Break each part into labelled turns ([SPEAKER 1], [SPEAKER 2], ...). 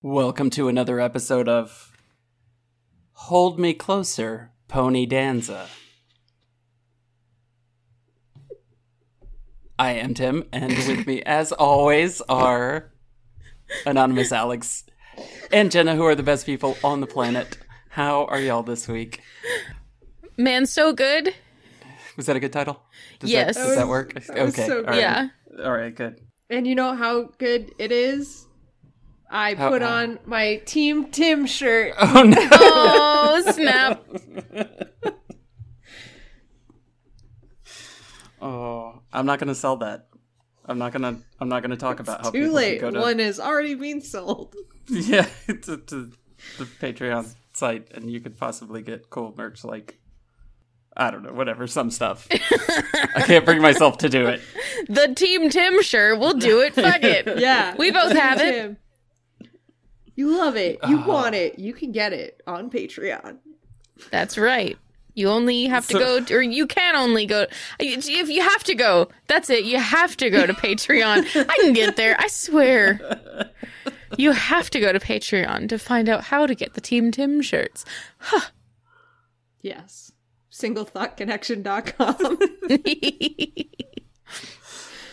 [SPEAKER 1] Welcome to another episode of Hold Me Closer, Pony Danza. I am Tim, and with me, as always, are Anonymous Alex and Jenna, who are the best people on the planet. How are y'all this week?
[SPEAKER 2] Man, so good.
[SPEAKER 1] Was that a good title? Does
[SPEAKER 2] Yes.
[SPEAKER 1] That,
[SPEAKER 2] That
[SPEAKER 1] does that
[SPEAKER 3] was-
[SPEAKER 1] work?
[SPEAKER 3] that was
[SPEAKER 1] okay.
[SPEAKER 3] so
[SPEAKER 1] all right.
[SPEAKER 2] Yeah.
[SPEAKER 1] All right, good.
[SPEAKER 3] And you know how good it is? I
[SPEAKER 1] How-
[SPEAKER 3] put
[SPEAKER 1] how?
[SPEAKER 3] on my Team Tim shirt.
[SPEAKER 1] Oh, no.
[SPEAKER 2] Oh, snap.
[SPEAKER 1] Oh, I'm not going to sell that. I'm not gonna. I'm not gonna talk about how
[SPEAKER 3] Too
[SPEAKER 1] people
[SPEAKER 3] late.
[SPEAKER 1] Can go to
[SPEAKER 3] One has already been sold.
[SPEAKER 1] yeah to, to the patreon site and you could possibly get cool merch like i don't know whatever some stuff i can't bring myself to do it
[SPEAKER 2] The Team Tim sure will do it. Fuck it.
[SPEAKER 3] Yeah.
[SPEAKER 2] We both have it.
[SPEAKER 3] Tim. You love it.
[SPEAKER 1] Uh,
[SPEAKER 3] You want it. You can get it on Patreon.
[SPEAKER 2] That's right. You only have to
[SPEAKER 1] So-
[SPEAKER 2] go, to, or you can only go. If you have to go, that's it. You have to go to Patreon. I can get there. I swear. You have to go to Patreon to find out how to get the Team Tim shirts.
[SPEAKER 3] Yes. Singlethoughtconnection.com.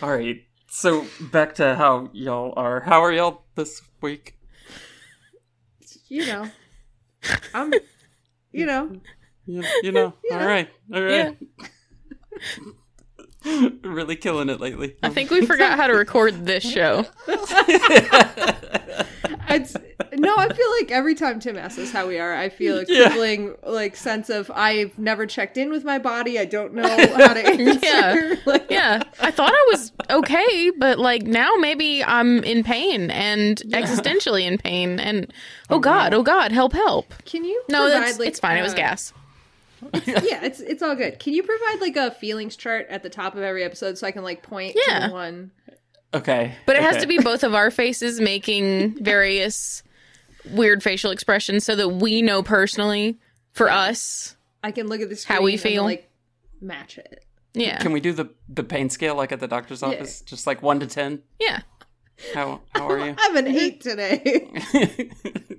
[SPEAKER 1] all right so back to how y'all are how are y'all this week
[SPEAKER 3] you know. I'm you know.
[SPEAKER 1] you, you know all right all
[SPEAKER 2] Yeah.
[SPEAKER 1] right really killing it lately
[SPEAKER 2] I think we forgot how to record this show.
[SPEAKER 3] It's no, I feel like every time Tim asks us how we are, I feel a
[SPEAKER 1] Yeah.
[SPEAKER 3] crippling like sense of I've never checked in with my body. I don't know how to answer.
[SPEAKER 2] Yeah.
[SPEAKER 3] Like,
[SPEAKER 2] Yeah, I thought I was okay, but like now maybe I'm in pain and existentially in pain. And oh, god, oh god, help, help!
[SPEAKER 3] Can you?
[SPEAKER 2] No,
[SPEAKER 3] provide,
[SPEAKER 2] that's,
[SPEAKER 3] like,
[SPEAKER 2] it's fine. it was
[SPEAKER 3] uh,
[SPEAKER 2] gas.
[SPEAKER 3] Yeah, it's it's all good. Can you provide like a feelings chart at the top of every episode so I can like point to
[SPEAKER 2] Yeah.
[SPEAKER 3] the one?
[SPEAKER 1] okay
[SPEAKER 2] But it has
[SPEAKER 1] okay.
[SPEAKER 2] to be both of our faces making various weird facial expressions so that we know personally for us.
[SPEAKER 3] I can look at the screen
[SPEAKER 2] How we
[SPEAKER 3] and,
[SPEAKER 2] feel?
[SPEAKER 3] like match it.
[SPEAKER 2] Yeah,
[SPEAKER 1] can we do the the pain scale like at the doctor's office just like 1 to 10
[SPEAKER 2] yeah.
[SPEAKER 1] how how are you
[SPEAKER 3] I'm an
[SPEAKER 2] Mm-hmm.
[SPEAKER 3] eight today.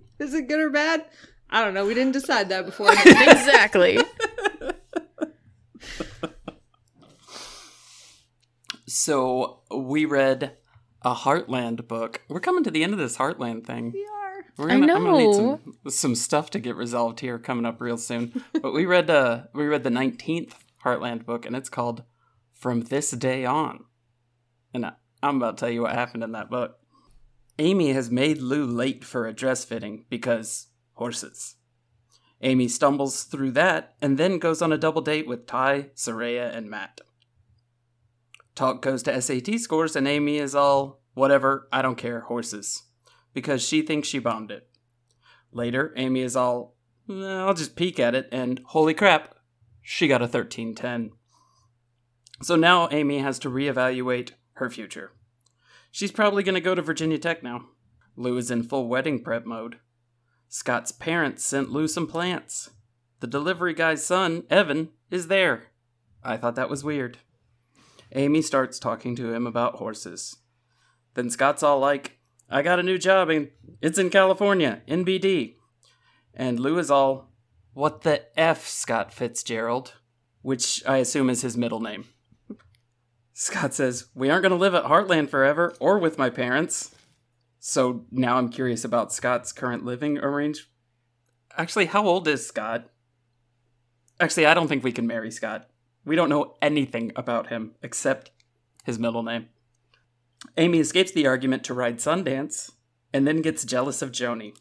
[SPEAKER 3] Is it good or bad? I don't know. We didn't decide that before.
[SPEAKER 2] Exactly.
[SPEAKER 1] So we read a Heartland book. We're coming to the end of this Heartland thing.
[SPEAKER 3] we are.
[SPEAKER 1] We're
[SPEAKER 2] I
[SPEAKER 1] gonna, I'm gonna need
[SPEAKER 2] know.
[SPEAKER 1] some, some stuff to get resolved here coming up real soon. but we read uh we read the nineteenth Heartland book, and it's called From This Day On. And I, I'm about to tell you what happened in that book. Amy has made Lou late for a dress fitting because horses. Amy stumbles through that and then goes on a double date with Ty, Soraya, and Matt. Talk goes to SAT scores, and Amy is all, whatever, I don't care, horses. Because she thinks she bombed it. Later, Amy is all, "Nah, I'll just peek at it, and holy crap, she got a 1310. So now Amy has to reevaluate her future. She's probably going to go to Virginia Tech now. Lou is in full wedding prep mode. Scott's parents sent Lou some plants. The delivery guy's son, Evan, is there. I thought that was weird. Amy starts talking to him about horses. Then Scott's all like, I got a new job and it's in California, NBD. And Lou is all, What the F, Scott Fitzgerald? Which I assume is his middle name. Scott says, We aren't going to live at Heartland forever or with my parents. So now I'm curious about Scott's current living arrangement. Actually, how old is Scott? Actually, I don't think we can marry Scott. We don't know anything about him except his middle name. Amy escapes the argument to ride Sundance and then gets jealous of Joni.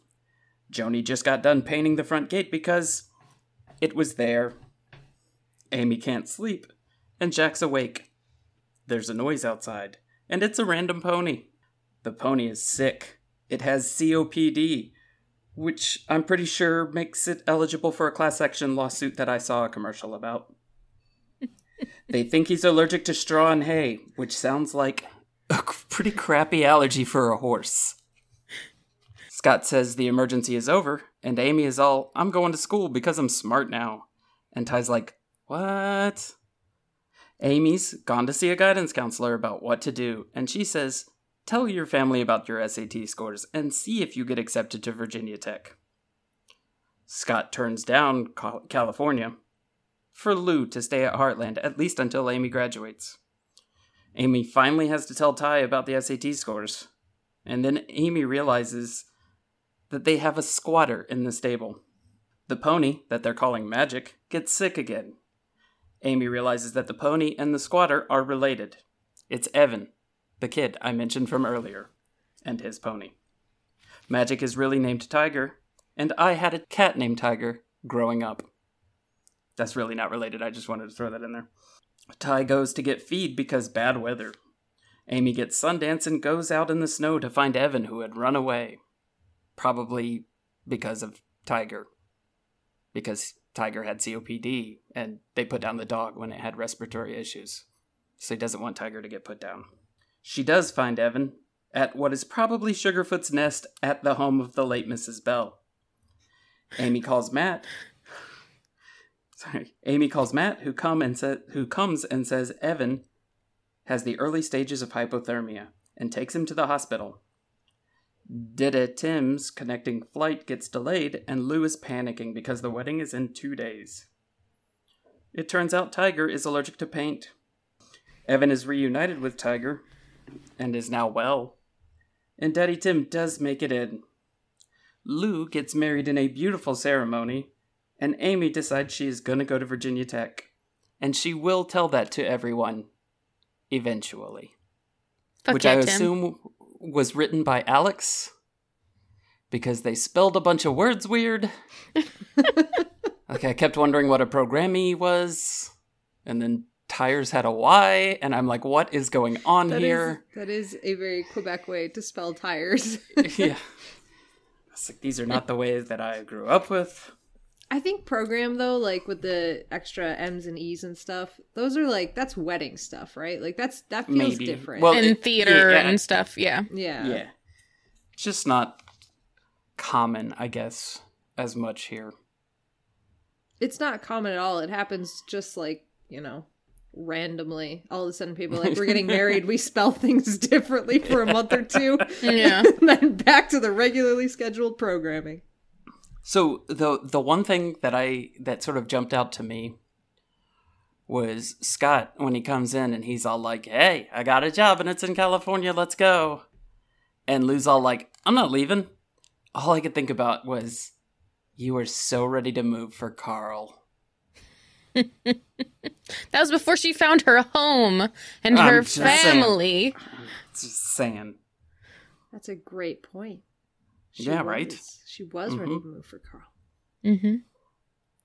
[SPEAKER 1] Joni just got done painting the front gate because it was there. Amy can't sleep, and Jack's awake. There's a noise outside, and it's a random pony. The pony is sick. It has COPD, which I'm pretty sure makes it eligible for a class action lawsuit that I saw a commercial about. they think he's allergic to straw and hay, which sounds like a c- pretty crappy allergy for a horse. Scott says the emergency is over, and Amy is all, I'm going to school because I'm smart now. And Ty's like, What? Amy's gone to see a guidance counselor about what to do, and she says, Tell your family about your SAT scores and see if you get accepted to Virginia Tech. Scott turns down Cal- California for Lou to stay at Heartland at least until Amy graduates. Amy finally has to tell Ty about the SAT scores, and then Amy realizes that they have a squatter in the stable. The pony, that they're calling Magic, gets sick again. Amy realizes that the pony and the squatter are related. It's Evan, the kid I mentioned from earlier, and his pony. Magic is really named Tiger, and I had a cat named Tiger growing up. That's really not related, I just wanted to throw that in there. Ty goes to get feed because bad weather. Amy gets Sundance and goes out in the snow to find Evan, who had run away. Probably because of Tiger. Because Tiger had COPD, and they put down the dog when it had respiratory issues. So he doesn't want Tiger to get put down. She does find Evan at what is probably Sugarfoot's nest at the home of the late Mrs. Bell. Amy calls Matt. Sorry. Amy calls Matt, who come and sa- who comes and says Evan has the early stages of hypothermia and takes him to the hospital. Dida Tim's connecting flight gets delayed, and Lou is panicking because the wedding is in two days. It turns out Tiger is allergic to paint. Evan is reunited with Tiger and is now well. And Daddy Tim does make it in. Lou gets married in a beautiful ceremony, and Amy decides she is going to go to Virginia Tech. And she will tell that to everyone eventually
[SPEAKER 2] Fuck
[SPEAKER 1] which
[SPEAKER 2] yeah,
[SPEAKER 1] I
[SPEAKER 2] Tim.
[SPEAKER 1] assume was written by Alex because they spelled a bunch of words weird. okay, I kept wondering what a programmy was, and then tires had a Y, and I'm like, what is going on
[SPEAKER 3] That is-
[SPEAKER 1] here?
[SPEAKER 3] that is a very Quebec way to spell tires.
[SPEAKER 1] yeah. It's like, these are not the ways that I grew up with.
[SPEAKER 3] I think program though, like with the extra M's and E's and stuff, those are like that's wedding stuff, right? Like that's that feels
[SPEAKER 1] Maybe.
[SPEAKER 3] different.
[SPEAKER 1] Well,
[SPEAKER 2] and
[SPEAKER 1] it-
[SPEAKER 2] theater
[SPEAKER 1] yeah, yeah.
[SPEAKER 2] and stuff. Yeah.
[SPEAKER 3] yeah.
[SPEAKER 1] Yeah. It's just not common, I guess, as much here.
[SPEAKER 3] it's not common at all. It happens just like you know, randomly. All of a sudden, people are like we're getting married. We spell things differently for a month or two,
[SPEAKER 2] Yeah.
[SPEAKER 3] and then back to the regularly scheduled programming.
[SPEAKER 1] So the the one thing that I that sort of jumped out to me was Scott when he comes in and he's all like, "Hey, I got a job and it's in California. Let's go." And Lou's all like, "I'm not leaving." All I could think about was, "You were so ready to move for Carl."
[SPEAKER 2] That was before she found her home and
[SPEAKER 1] I'm
[SPEAKER 2] her
[SPEAKER 1] just saying.
[SPEAKER 2] family.
[SPEAKER 1] Just saying.
[SPEAKER 3] That's a great point.
[SPEAKER 1] Yeah, right?
[SPEAKER 3] was- She was ready to move for Carl.
[SPEAKER 2] hmm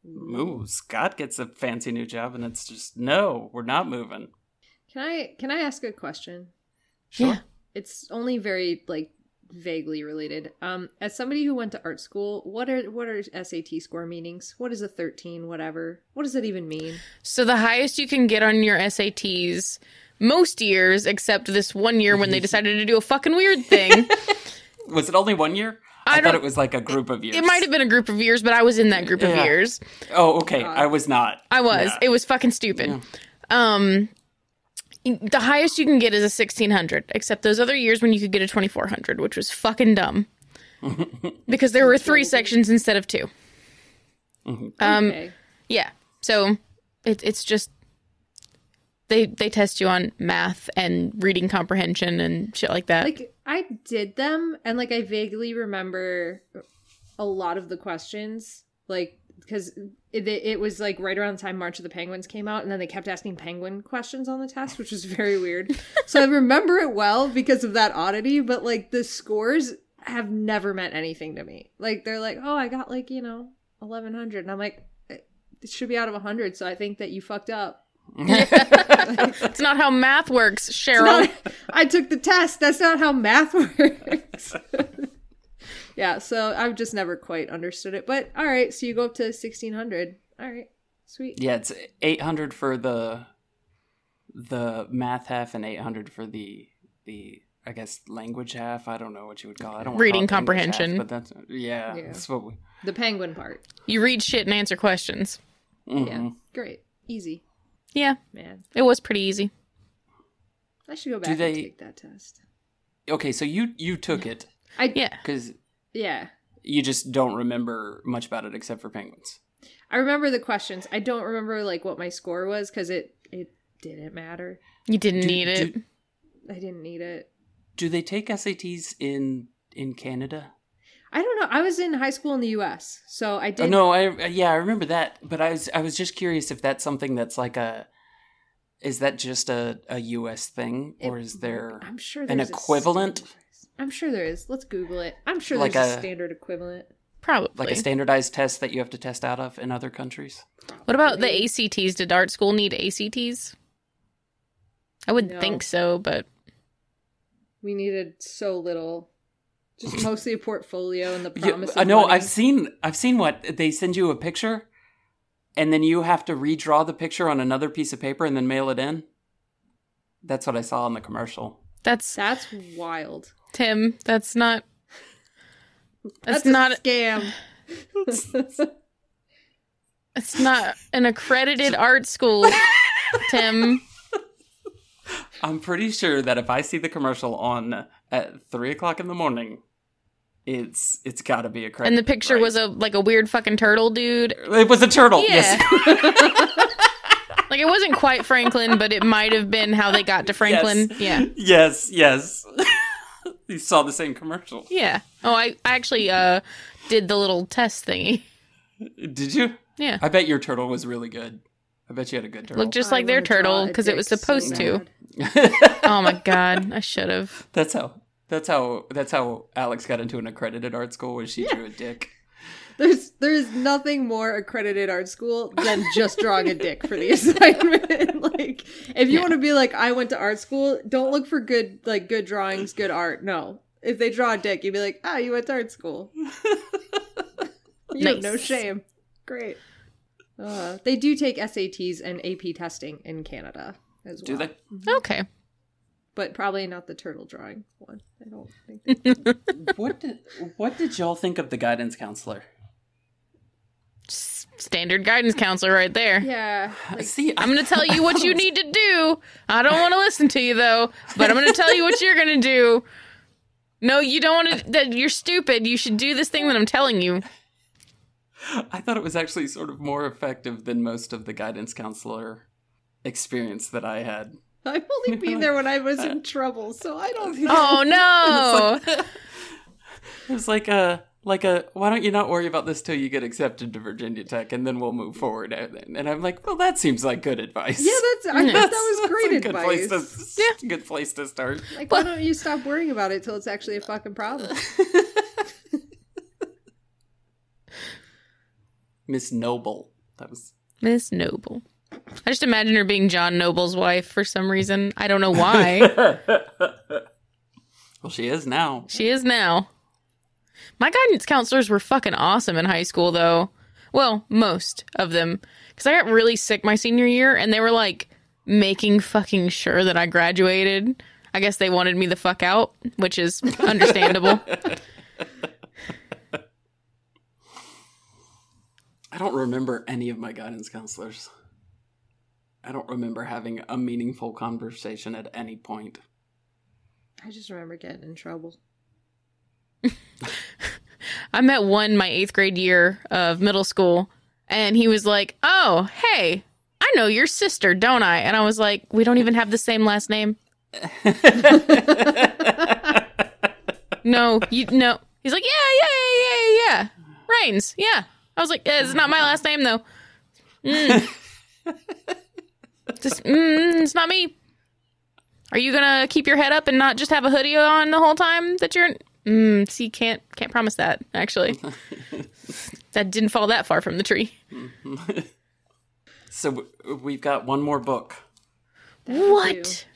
[SPEAKER 1] Ooh, Scott gets a fancy new job and it's just no, we're not moving.
[SPEAKER 3] Can I can I ask a question?
[SPEAKER 2] Yeah.
[SPEAKER 3] It's only very like vaguely related. Um, as somebody who went to art school, what are what are SAT score meanings? What is a thirteen? Whatever. What does it even mean?
[SPEAKER 2] So the highest you can get on your SATs most years, except this one year when they decided to do a fucking weird thing.
[SPEAKER 1] Was it only one year?
[SPEAKER 2] I
[SPEAKER 1] I,
[SPEAKER 2] don't-
[SPEAKER 1] thought it was like a group of years.
[SPEAKER 2] it might have Uh, been a group of years, but I was in that group of
[SPEAKER 1] Yeah.
[SPEAKER 2] years.
[SPEAKER 1] Oh, okay. I was not.
[SPEAKER 2] I was.
[SPEAKER 1] Yeah.
[SPEAKER 2] It was fucking stupid. Um the highest you can get is a 1600 except those other years when you could get a 2400 which was fucking dumb because there were three sections instead of two um
[SPEAKER 3] okay.
[SPEAKER 2] Yeah. So it, it's just they they test you on math and reading comprehension and shit like that.
[SPEAKER 3] like I did them, and like I vaguely remember a lot of the questions, like because it, it was like right around the time March of the Penguins came out, and then they kept asking penguin questions on the test, which was very weird. so I remember it well because of that oddity, but like the scores have never meant anything to me. Like they're like, oh, I got like you know eleven hundred, and I'm like, it should be out of hundred, so I think that you fucked up.
[SPEAKER 2] it's not how math works, Cheryl.
[SPEAKER 3] It's not- I took the test. That's not how math works. yeah, so I've just never quite understood it. But all right, so you go up to 1600. All right, sweet.
[SPEAKER 1] Yeah, it's 800 for the the math half and 800 for the the I guess language half. I don't know what you would call it. I don't wanna
[SPEAKER 2] Reading
[SPEAKER 1] call it the English half,
[SPEAKER 2] comprehension.
[SPEAKER 1] but that's yeah,
[SPEAKER 3] Yeah.
[SPEAKER 1] that's what we.
[SPEAKER 3] The penguin part.
[SPEAKER 2] You read shit and answer questions.
[SPEAKER 1] mhm.
[SPEAKER 3] Yeah, great. Easy,
[SPEAKER 2] Yeah,
[SPEAKER 3] man.
[SPEAKER 2] it was pretty easy.
[SPEAKER 3] I should go
[SPEAKER 1] Do
[SPEAKER 3] back and
[SPEAKER 1] they-
[SPEAKER 3] take that test.
[SPEAKER 1] Okay, so you you took it
[SPEAKER 3] I yeah.
[SPEAKER 2] Yeah.
[SPEAKER 1] because
[SPEAKER 3] yeah.
[SPEAKER 1] you just don't remember much about it except for penguins.
[SPEAKER 3] I remember the questions. I don't remember like what my score was cuz it it didn't matter.
[SPEAKER 2] You didn't
[SPEAKER 1] Do-
[SPEAKER 2] need it.
[SPEAKER 1] Do,
[SPEAKER 3] I didn't need it.
[SPEAKER 1] do they take SATs in in Canada?
[SPEAKER 3] I don't know. I was in high school in the US. So I
[SPEAKER 1] Oh,
[SPEAKER 3] did
[SPEAKER 1] no, I yeah, I remember that, but I was I was just curious if that's something that's like a is that just a, a US thing
[SPEAKER 3] It-
[SPEAKER 1] or is there
[SPEAKER 3] I'm sure
[SPEAKER 1] an
[SPEAKER 3] there's a
[SPEAKER 1] equivalent?
[SPEAKER 3] standard- I'm sure there is. Let's Google it. I'm sure
[SPEAKER 1] Like
[SPEAKER 3] there's a,
[SPEAKER 1] a-
[SPEAKER 3] standard equivalent.
[SPEAKER 2] Probably.
[SPEAKER 1] like a standardized test that you have to test out of in other countries?
[SPEAKER 2] what about the ACTs? Did art school need ACTs? I wouldn't
[SPEAKER 3] No.
[SPEAKER 2] think so, but
[SPEAKER 3] We needed so little, just mostly a portfolio and the
[SPEAKER 1] You-
[SPEAKER 3] promise.
[SPEAKER 1] I
[SPEAKER 3] of
[SPEAKER 1] know
[SPEAKER 3] money.
[SPEAKER 1] I've seen I've seen what they send you a picture and then you have to redraw the picture on another piece of paper and then mail it in. That's what I saw in the commercial.
[SPEAKER 2] that's
[SPEAKER 3] That's wild.
[SPEAKER 2] Tim. That's not. That's,
[SPEAKER 3] That's,
[SPEAKER 2] not.
[SPEAKER 3] a scam.
[SPEAKER 2] It's not an accredited art school, Tim.
[SPEAKER 1] I'm pretty sure that if I see the commercial on at three o'clock in the morning, it's it's got to be a
[SPEAKER 2] And the picture was a like a weird fucking turtle dude.
[SPEAKER 1] it was a turtle.
[SPEAKER 2] Yeah.
[SPEAKER 1] Yes,
[SPEAKER 2] Like it wasn't quite Franklin, but it might have been how they got to Franklin. Yeah.
[SPEAKER 1] yes, yes. you saw the same commercial,
[SPEAKER 2] Yeah. Oh, I, I actually uh did the little test thingy.
[SPEAKER 1] did you?
[SPEAKER 2] Yeah.
[SPEAKER 1] I bet your turtle was really good. I bet you had a good turtle.
[SPEAKER 2] Looked just
[SPEAKER 3] I
[SPEAKER 2] like their
[SPEAKER 3] wanna draw
[SPEAKER 2] turtle
[SPEAKER 3] a
[SPEAKER 2] because it was
[SPEAKER 3] dick so
[SPEAKER 2] supposed to.
[SPEAKER 3] bad.
[SPEAKER 2] Oh my god, I should have.
[SPEAKER 1] that's how. That's how. That's how Alex got into an accredited art school was she drew a dick.
[SPEAKER 3] There's there's nothing more accredited art school than just drawing a dick for the assignment. like if you
[SPEAKER 2] Yeah.
[SPEAKER 3] want to be like I went to art school, don't look for good like good drawings, good art. No. If they draw a dick, you'd be like, "Ah, you went to art school." you have no
[SPEAKER 2] Nice.
[SPEAKER 3] shame. Great. Uh, they do take SATs and AP testing in Canada as
[SPEAKER 1] Do
[SPEAKER 3] well.
[SPEAKER 1] they?
[SPEAKER 2] Okay.
[SPEAKER 3] But probably not the turtle drawing one. I don't think they
[SPEAKER 1] what did What did y'all think of the guidance counselor?
[SPEAKER 2] S- Standard guidance counselor right there.
[SPEAKER 3] Yeah. like-
[SPEAKER 1] See,
[SPEAKER 2] I'm going to tell you what you need to do. I don't want to listen to you though, but I'm going to tell you what you're going to do. No, you don't want to that you're stupid. You should do this thing that I'm telling you.
[SPEAKER 1] I thought it was actually sort of more effective than most of the guidance counselor experience that I had.
[SPEAKER 3] I've only been there when I was in trouble, so I don't think
[SPEAKER 2] Oh no.
[SPEAKER 1] It was like a like a why don't you not worry about this till you get accepted to Virginia Tech and then we'll move forward. And I'm like, well, that seems like good advice.
[SPEAKER 3] Yeah, that's I thought that was
[SPEAKER 1] That's
[SPEAKER 3] great
[SPEAKER 1] a good
[SPEAKER 3] advice.
[SPEAKER 1] Place to, yeah, good place to start.
[SPEAKER 3] Like, why don't you stop worrying about it till it's actually a fucking problem?
[SPEAKER 1] Miss Noble. That was
[SPEAKER 2] Miss Noble. I just imagine her being John Noble's wife for some reason. I don't know why.
[SPEAKER 1] well, she is now.
[SPEAKER 2] she is now. My guidance counselors were fucking awesome in high school, though. Well, most of them. Because I got really sick my senior year, and they were like making fucking sure that I graduated. I guess they wanted me the fuck out, which is understandable.
[SPEAKER 1] I don't remember any of my guidance counselors. I don't remember having a meaningful conversation at any point.
[SPEAKER 3] I just remember getting in trouble.
[SPEAKER 2] I met one my eighth grade year of middle school, and he was like, Oh, hey, I know your sister, don't I? And I was like, We don't even have the same last name. no, you no. He's like, Yeah, yeah, yeah, yeah, yeah. Rains, yeah. I was like, "Eh, It's not my last name, though. Mm. just, mm, it's not me. Are you gonna keep your head up and not just have a hoodie on the whole time that you're? Mm, see, can't can't promise that. Actually, that didn't fall that far from the tree.
[SPEAKER 1] So w- we've got one more book.
[SPEAKER 2] What?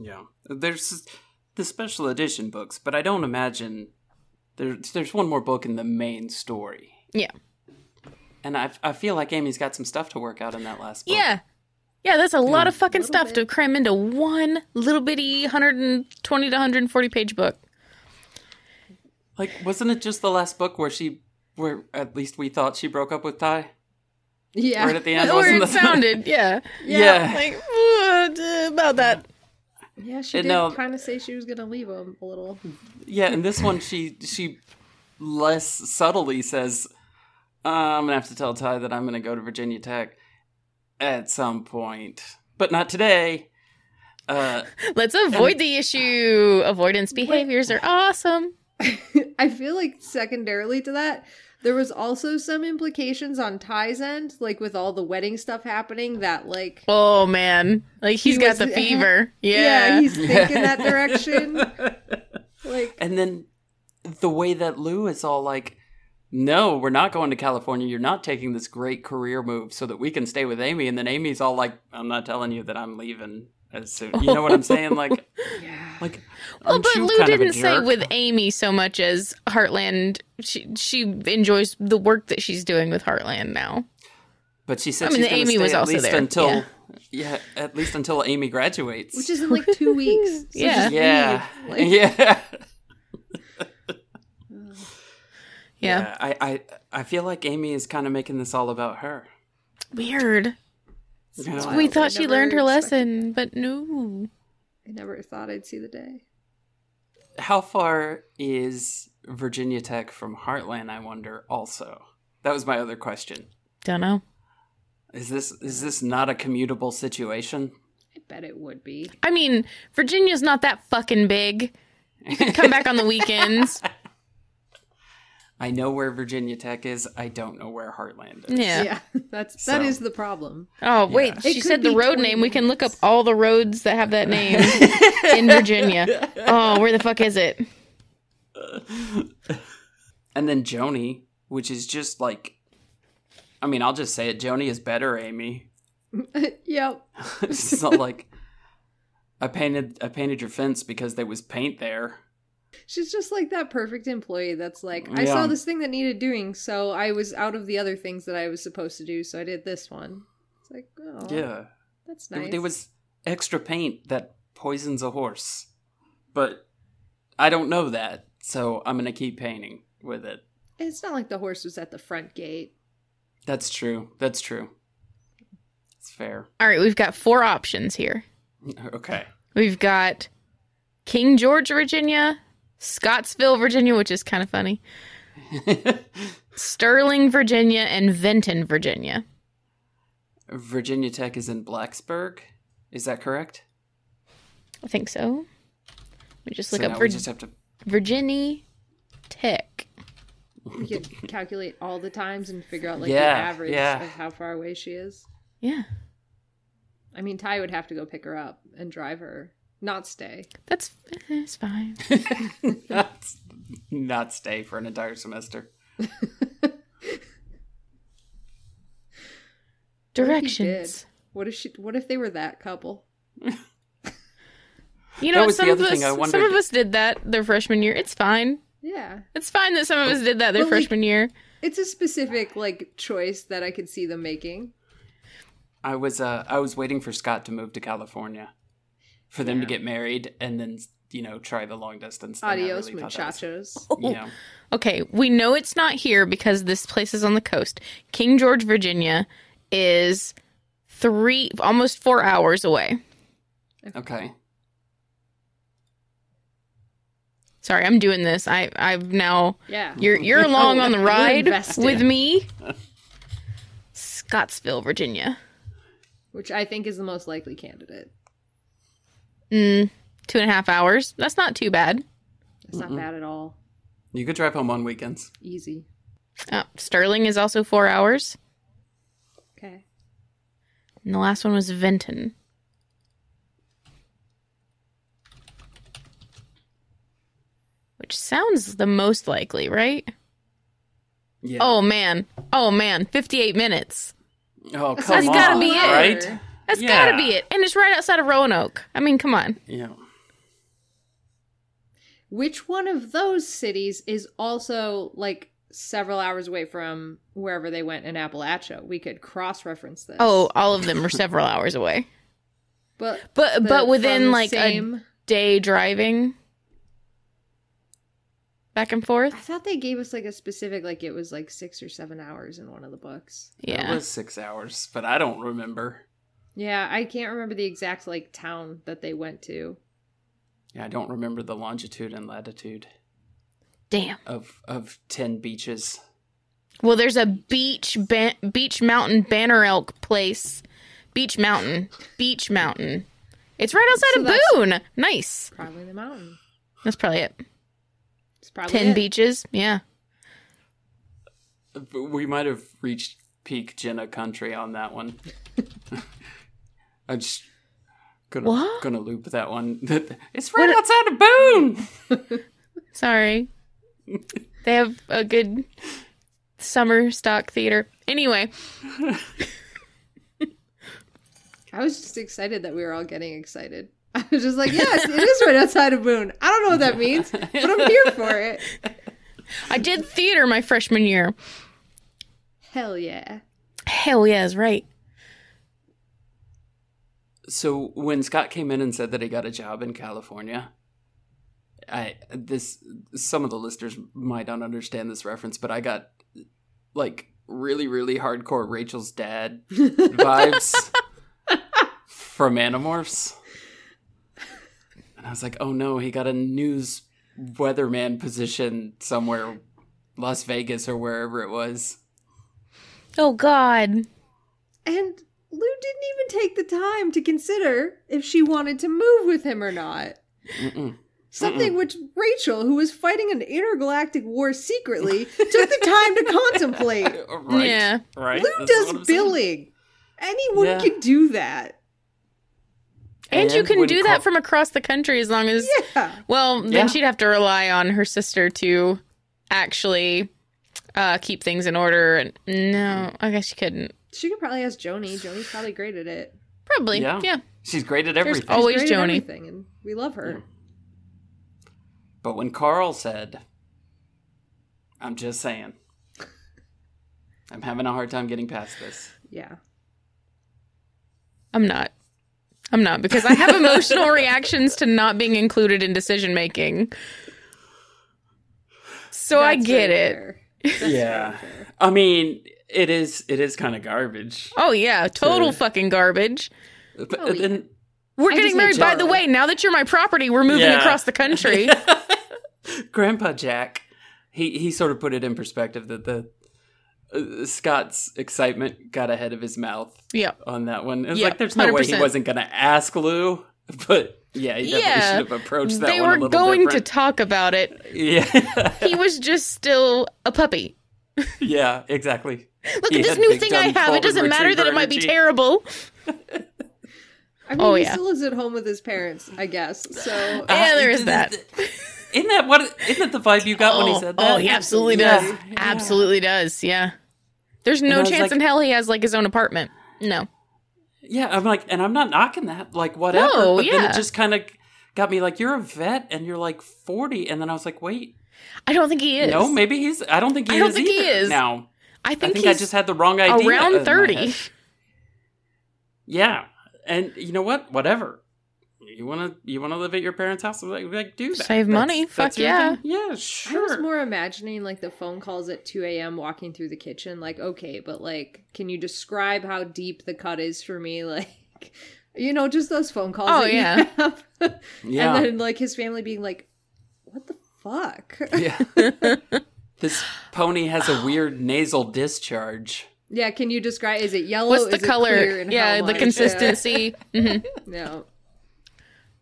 [SPEAKER 1] Yeah, there's the special edition books, but I don't imagine there's there's one more book in the main story.
[SPEAKER 2] Yeah.
[SPEAKER 1] And I I feel like Amy's got some stuff to work out in that last book.
[SPEAKER 2] Yeah. Yeah, that's a lot of fucking
[SPEAKER 3] Little
[SPEAKER 2] stuff
[SPEAKER 3] bit.
[SPEAKER 2] to cram into one little bitty 120 to 140 page book.
[SPEAKER 1] Like, wasn't it just the last book where she, where at least we thought she broke up with Ty
[SPEAKER 3] Yeah.
[SPEAKER 1] right at the end?
[SPEAKER 2] or
[SPEAKER 1] wasn't
[SPEAKER 2] it
[SPEAKER 1] that-
[SPEAKER 2] sounded, yeah.
[SPEAKER 1] Yeah.
[SPEAKER 2] Like, uh, about that.
[SPEAKER 3] Yeah, she
[SPEAKER 1] And
[SPEAKER 3] did
[SPEAKER 1] now-
[SPEAKER 3] kind of say she was going to leave him a little.
[SPEAKER 1] Yeah, and this one she she less subtly says, uh, "I'm gonna have to tell Ty that I'm gonna go to Virginia Tech at some point, but not today." Uh,
[SPEAKER 2] Let's avoid the issue. Avoidance behaviors are awesome.
[SPEAKER 3] I feel like secondarily to that, there was also some implications on Ty's end, like with all the wedding stuff happening that like
[SPEAKER 2] Oh man, like he's
[SPEAKER 3] He
[SPEAKER 2] got
[SPEAKER 3] was-
[SPEAKER 2] the fever. Yeah.
[SPEAKER 3] he's thinking that direction. Like
[SPEAKER 1] and then the way that Lou is all like, "No, we're not going to California. You're not taking this great career move so that we can stay with Amy." And then Amy's all like, "I'm not telling you that I'm leaving as soon." You know what I'm saying? Like,
[SPEAKER 3] yeah.
[SPEAKER 1] like.
[SPEAKER 2] well,
[SPEAKER 1] aren't
[SPEAKER 2] but
[SPEAKER 1] you
[SPEAKER 2] Lou
[SPEAKER 1] kind of a
[SPEAKER 2] didn't say
[SPEAKER 1] jerk?
[SPEAKER 2] with Amy so much as Heartland. She she enjoys the work that she's doing with Heartland now.
[SPEAKER 1] But she said
[SPEAKER 2] I mean,
[SPEAKER 1] she's
[SPEAKER 2] the
[SPEAKER 1] going to
[SPEAKER 2] Amy
[SPEAKER 1] stay
[SPEAKER 2] was
[SPEAKER 1] at
[SPEAKER 2] also
[SPEAKER 1] least
[SPEAKER 2] there,
[SPEAKER 1] until
[SPEAKER 2] yeah.
[SPEAKER 1] yeah. at least until Amy graduates.
[SPEAKER 3] which is in like 2 weeks. So
[SPEAKER 2] Yeah.
[SPEAKER 3] just
[SPEAKER 1] yeah,
[SPEAKER 3] leave. Like,
[SPEAKER 1] yeah,
[SPEAKER 2] Yeah,
[SPEAKER 1] I, I I feel like Amy is kind of making this all about her.
[SPEAKER 2] weird.
[SPEAKER 1] You know,
[SPEAKER 3] Wow,
[SPEAKER 2] we
[SPEAKER 3] I
[SPEAKER 2] thought she
[SPEAKER 3] never
[SPEAKER 2] learned her
[SPEAKER 3] expected-
[SPEAKER 2] lesson, but no.
[SPEAKER 3] I never thought I'd see the day.
[SPEAKER 1] how far is Virginia Tech from Heartland? I wonder. Also, that was my other question.
[SPEAKER 2] Don't know.
[SPEAKER 1] Is this is this not a commutable situation?
[SPEAKER 3] I bet it would be.
[SPEAKER 2] I mean, Virginia's not that fucking big. You can come back on the weekends.
[SPEAKER 1] I know where Virginia Tech is. I don't know where Heartland is.
[SPEAKER 2] Yeah.
[SPEAKER 3] Yeah, that's that
[SPEAKER 1] So.
[SPEAKER 3] is the problem.
[SPEAKER 2] Oh wait,
[SPEAKER 3] It
[SPEAKER 2] she
[SPEAKER 3] could
[SPEAKER 2] said the
[SPEAKER 3] be
[SPEAKER 2] road
[SPEAKER 3] 20
[SPEAKER 2] name. We can look up
[SPEAKER 3] minutes.
[SPEAKER 2] all the roads that have that name in Virginia. Oh, where the fuck is it?
[SPEAKER 1] And then Joni, which is just like, I mean, I'll just say it. Joni is better, Amy.
[SPEAKER 3] yep.
[SPEAKER 1] it's not like I painted I painted your fence because there was paint there.
[SPEAKER 3] She's just like that perfect employee that's like, I saw
[SPEAKER 1] Yeah.
[SPEAKER 3] this thing that needed doing, so I was out of the other things that I was supposed to do, so I did this one. It's like, oh,
[SPEAKER 1] Yeah,
[SPEAKER 3] that's
[SPEAKER 1] There-
[SPEAKER 3] nice.
[SPEAKER 1] there was extra paint that poisons a horse, but I don't know that, so I'm gonna keep painting with it.
[SPEAKER 3] It's not like the horse was at the front gate.
[SPEAKER 1] That's true. That's true. It's fair.
[SPEAKER 2] All right, we've got four options here.
[SPEAKER 1] Okay.
[SPEAKER 2] We've got King George, Virginia, Scottsville, Virginia, which is kind of funny, Sterling, Virginia, and Vinton, Virginia.
[SPEAKER 1] Virginia Tech is in Blacksburg. Is that correct?
[SPEAKER 2] I think so. Let me just look
[SPEAKER 1] so
[SPEAKER 2] up
[SPEAKER 1] now
[SPEAKER 2] Vir-
[SPEAKER 1] we just have to.
[SPEAKER 2] Virginia Tech.
[SPEAKER 3] You could calculate all the times and figure out like
[SPEAKER 1] Yeah,
[SPEAKER 3] the average
[SPEAKER 1] yeah.
[SPEAKER 3] of how far away she is.
[SPEAKER 2] Yeah,
[SPEAKER 3] I mean, Ty would have to go pick her up and drive her, not stay.
[SPEAKER 2] that's that's fine.
[SPEAKER 1] not, not stay for an entire semester.
[SPEAKER 2] Directions.
[SPEAKER 3] What if she? What if they were that couple?
[SPEAKER 1] That
[SPEAKER 2] You know,
[SPEAKER 1] was the
[SPEAKER 2] some of
[SPEAKER 1] other
[SPEAKER 2] us
[SPEAKER 1] thing I
[SPEAKER 2] some
[SPEAKER 1] wondered.
[SPEAKER 2] of us did that their freshman year. It's fine.
[SPEAKER 3] Yeah,
[SPEAKER 2] It's fine that some of us
[SPEAKER 1] Oh,
[SPEAKER 2] did that their
[SPEAKER 3] But, like-
[SPEAKER 2] freshman year.
[SPEAKER 3] it's a specific like choice that I could see them making.
[SPEAKER 1] I was uh, I was waiting for Scott to move to California, for them to get married, and then you know try the long distance. thing. I
[SPEAKER 3] Adios,
[SPEAKER 1] really thought that was-
[SPEAKER 3] muchachos.
[SPEAKER 1] you know.
[SPEAKER 2] Okay, we know it's not here because this place is on the coast. King George, Virginia is three almost four hours away.
[SPEAKER 1] Okay.
[SPEAKER 2] Sorry, I'm doing this. I I've now
[SPEAKER 3] Yeah.
[SPEAKER 2] you're you're along on the ride
[SPEAKER 3] invested.
[SPEAKER 2] with me. Scottsville, Virginia.
[SPEAKER 3] which I think is the most likely candidate.
[SPEAKER 2] Mm, two and a half hours. That's not too bad.
[SPEAKER 3] It's not bad at all.
[SPEAKER 1] You could drive home on weekends.
[SPEAKER 3] Easy.
[SPEAKER 2] Uh, Sterling is also four hours.
[SPEAKER 3] Okay.
[SPEAKER 2] And the last one was Vinton. Which sounds the most likely, right?
[SPEAKER 1] Yeah.
[SPEAKER 2] Oh man. Oh man. 58 Oh, minutes.
[SPEAKER 1] Oh, come
[SPEAKER 2] That's
[SPEAKER 1] on.
[SPEAKER 2] gotta be it.
[SPEAKER 1] Right?
[SPEAKER 2] That's
[SPEAKER 1] Yeah.
[SPEAKER 2] gotta be it. And it's right outside of Roanoke. I mean, come on.
[SPEAKER 1] Yeah.
[SPEAKER 3] Which one of those cities is also like several hours away from wherever they went in Appalachia? We could cross reference this.
[SPEAKER 2] Oh, all of them are several hours away.
[SPEAKER 3] but
[SPEAKER 2] But
[SPEAKER 3] the-
[SPEAKER 2] but
[SPEAKER 3] from
[SPEAKER 2] within
[SPEAKER 3] the
[SPEAKER 2] like
[SPEAKER 3] same,
[SPEAKER 2] a day driving back and forth.
[SPEAKER 3] I thought they gave us like a specific like it was like six or seven hours in one of the books.
[SPEAKER 1] It
[SPEAKER 2] Yeah.
[SPEAKER 1] was six hours, but I don't remember.
[SPEAKER 3] Yeah, I can't remember the exact like town that they went to.
[SPEAKER 1] Yeah, I don't remember the longitude and latitude
[SPEAKER 2] Damn.
[SPEAKER 1] of of ten beaches.
[SPEAKER 2] Well, there's a beach ban- beach mountain banner elk place. Beach Mountain. Beach Mountain. It's right outside
[SPEAKER 3] So
[SPEAKER 2] of
[SPEAKER 3] that's-
[SPEAKER 2] Boone. Nice.
[SPEAKER 3] Probably the mountain.
[SPEAKER 2] That's probably it.
[SPEAKER 3] It's probably
[SPEAKER 2] Ten
[SPEAKER 3] it.
[SPEAKER 2] beaches. Yeah.
[SPEAKER 1] We might have reached peak Jenna country on that one. I just gonna
[SPEAKER 2] What?
[SPEAKER 1] gonna loop that one. it's right outside of Boone.
[SPEAKER 2] Sorry. they have a good summer stock theater. Anyway,
[SPEAKER 3] I was just excited that we were all getting excited. I was just like, yes, it is right outside of Boone. I don't know what that means, but I'm here for it.
[SPEAKER 2] I did theater my freshman year.
[SPEAKER 3] Hell yeah.
[SPEAKER 2] Hell yeah, is right.
[SPEAKER 1] So when Scott came in and said that he got a job in California, I this some of the listeners might not understand this reference, but I got like really really hardcore Rachel's dad vibes from Animorphs. And I was like, oh no, he got a news weatherman position somewhere, Las Vegas or wherever it was.
[SPEAKER 2] Oh God.
[SPEAKER 3] And Lou didn't even take the time to consider if she wanted to move with him or not.
[SPEAKER 1] Mm-mm.
[SPEAKER 3] Something which Rachel, who was fighting an intergalactic war secretly, took the time to contemplate.
[SPEAKER 1] Right.
[SPEAKER 2] Yeah.
[SPEAKER 1] Right.
[SPEAKER 3] Lou
[SPEAKER 1] That's what I'm
[SPEAKER 3] does
[SPEAKER 1] saying.
[SPEAKER 3] billing. Anyone
[SPEAKER 1] Yeah.
[SPEAKER 3] can do that.
[SPEAKER 2] And, you
[SPEAKER 1] And
[SPEAKER 2] can
[SPEAKER 1] when
[SPEAKER 2] do
[SPEAKER 1] Carl-
[SPEAKER 2] that from across the country as long as
[SPEAKER 3] Yeah.
[SPEAKER 2] well, then
[SPEAKER 1] Yeah.
[SPEAKER 2] she'd have to rely on her sister to actually uh, keep things in order and no, I guess she couldn't.
[SPEAKER 3] She could probably ask Joni. Joni's probably great at it.
[SPEAKER 2] Probably.
[SPEAKER 1] Yeah.
[SPEAKER 2] Yeah.
[SPEAKER 1] She's great at
[SPEAKER 2] There's
[SPEAKER 1] everything.
[SPEAKER 2] always- Always
[SPEAKER 3] Great at
[SPEAKER 2] Joni.
[SPEAKER 3] everything, and we love her.
[SPEAKER 1] But when Carl said, I'm just saying, I'm having a hard time getting past this.
[SPEAKER 3] Yeah.
[SPEAKER 2] I'm not. I'm not because I have emotional reactions to not being included in decision making. So I
[SPEAKER 3] That's
[SPEAKER 2] get
[SPEAKER 3] very
[SPEAKER 2] it.
[SPEAKER 3] fair.
[SPEAKER 1] Yeah. I mean, it is it is kind of garbage.
[SPEAKER 2] Oh yeah, total
[SPEAKER 1] Fair.
[SPEAKER 2] fucking garbage.
[SPEAKER 1] But
[SPEAKER 3] Oh, yeah.
[SPEAKER 1] then
[SPEAKER 2] We're
[SPEAKER 3] I just
[SPEAKER 2] getting
[SPEAKER 3] need
[SPEAKER 2] married, by the
[SPEAKER 3] Jaro.
[SPEAKER 2] way. Now that you're my property, we're moving
[SPEAKER 1] Yeah.
[SPEAKER 2] across the country.
[SPEAKER 1] Grandpa Jack, he he sort of put it in perspective that the uh, Scott's excitement got ahead of his mouth
[SPEAKER 2] yeah.
[SPEAKER 1] on that one. It was
[SPEAKER 2] Yeah,
[SPEAKER 1] like there's no way he
[SPEAKER 2] 100%.
[SPEAKER 1] wasn't going to ask Lou, but yeah, he definitely
[SPEAKER 2] Yeah.
[SPEAKER 1] should have approached that
[SPEAKER 2] They
[SPEAKER 1] one a
[SPEAKER 2] were
[SPEAKER 1] little
[SPEAKER 2] going
[SPEAKER 1] different.
[SPEAKER 2] to talk about it.
[SPEAKER 1] yeah.
[SPEAKER 2] He was just still a puppy.
[SPEAKER 1] Yeah, exactly.
[SPEAKER 2] Look
[SPEAKER 1] He
[SPEAKER 2] at this
[SPEAKER 1] had
[SPEAKER 2] new
[SPEAKER 1] big,
[SPEAKER 2] thing I
[SPEAKER 1] dumb
[SPEAKER 2] have. It doesn't
[SPEAKER 1] golden
[SPEAKER 2] matter that
[SPEAKER 1] retriever
[SPEAKER 2] it might be
[SPEAKER 1] energy.
[SPEAKER 2] terrible.
[SPEAKER 3] I mean,
[SPEAKER 2] Oh,
[SPEAKER 3] he
[SPEAKER 2] yeah.
[SPEAKER 3] still lives at home with his parents, I guess. So
[SPEAKER 2] Yeah, there is
[SPEAKER 1] Uh, th-
[SPEAKER 2] that.
[SPEAKER 1] th- Isn't that what? Isn't that the vibe you got when he
[SPEAKER 2] Oh,
[SPEAKER 1] said that?
[SPEAKER 2] oh, he absolutely
[SPEAKER 1] Yeah.
[SPEAKER 2] does. Absolutely does. Yeah. There's
[SPEAKER 1] And I
[SPEAKER 2] no
[SPEAKER 1] was
[SPEAKER 2] chance
[SPEAKER 1] like-
[SPEAKER 2] in hell he has like his own apartment. No.
[SPEAKER 1] Yeah, I'm like, and I'm not knocking that. Like, whatever.
[SPEAKER 2] No,
[SPEAKER 1] but then
[SPEAKER 2] yeah.
[SPEAKER 1] it just kind of got me like, you're a vet, and you're like 40, and then I was like, wait,
[SPEAKER 2] I don't think he is.
[SPEAKER 1] no, maybe he's. I don't think he
[SPEAKER 2] I don't
[SPEAKER 1] is
[SPEAKER 2] think he
[SPEAKER 1] either
[SPEAKER 2] is.
[SPEAKER 1] now.
[SPEAKER 2] I
[SPEAKER 1] I
[SPEAKER 2] think,
[SPEAKER 1] think I
[SPEAKER 2] he's
[SPEAKER 1] just had the wrong idea. in my
[SPEAKER 2] around 30.
[SPEAKER 1] head. Yeah, and you know what? Whatever. You wanna you wanna live at your parents' house? Like, like do that. That's-
[SPEAKER 2] Save money.
[SPEAKER 1] that's
[SPEAKER 2] Fuck
[SPEAKER 1] your
[SPEAKER 2] yeah.
[SPEAKER 1] thing. Yeah,
[SPEAKER 3] I was
[SPEAKER 1] sure.
[SPEAKER 3] more imagining like the phone calls at 2 a.m. walking through the kitchen. Like, okay, but like, can you describe how deep the cut is for me? Like, you know, just those phone calls.
[SPEAKER 2] Oh,
[SPEAKER 3] that you
[SPEAKER 2] yeah.
[SPEAKER 3] have.
[SPEAKER 1] yeah.
[SPEAKER 3] And then like his family being like, what the fuck?
[SPEAKER 1] Yeah. this pony has a weird nasal discharge.
[SPEAKER 3] yeah, can you describe? Is it yellow?
[SPEAKER 2] What's
[SPEAKER 3] Oh, Is
[SPEAKER 2] the
[SPEAKER 3] it clear?
[SPEAKER 2] color?
[SPEAKER 3] And
[SPEAKER 2] Yeah,
[SPEAKER 3] how
[SPEAKER 2] the
[SPEAKER 3] much?
[SPEAKER 2] consistency. Mhm.
[SPEAKER 3] Yeah. No.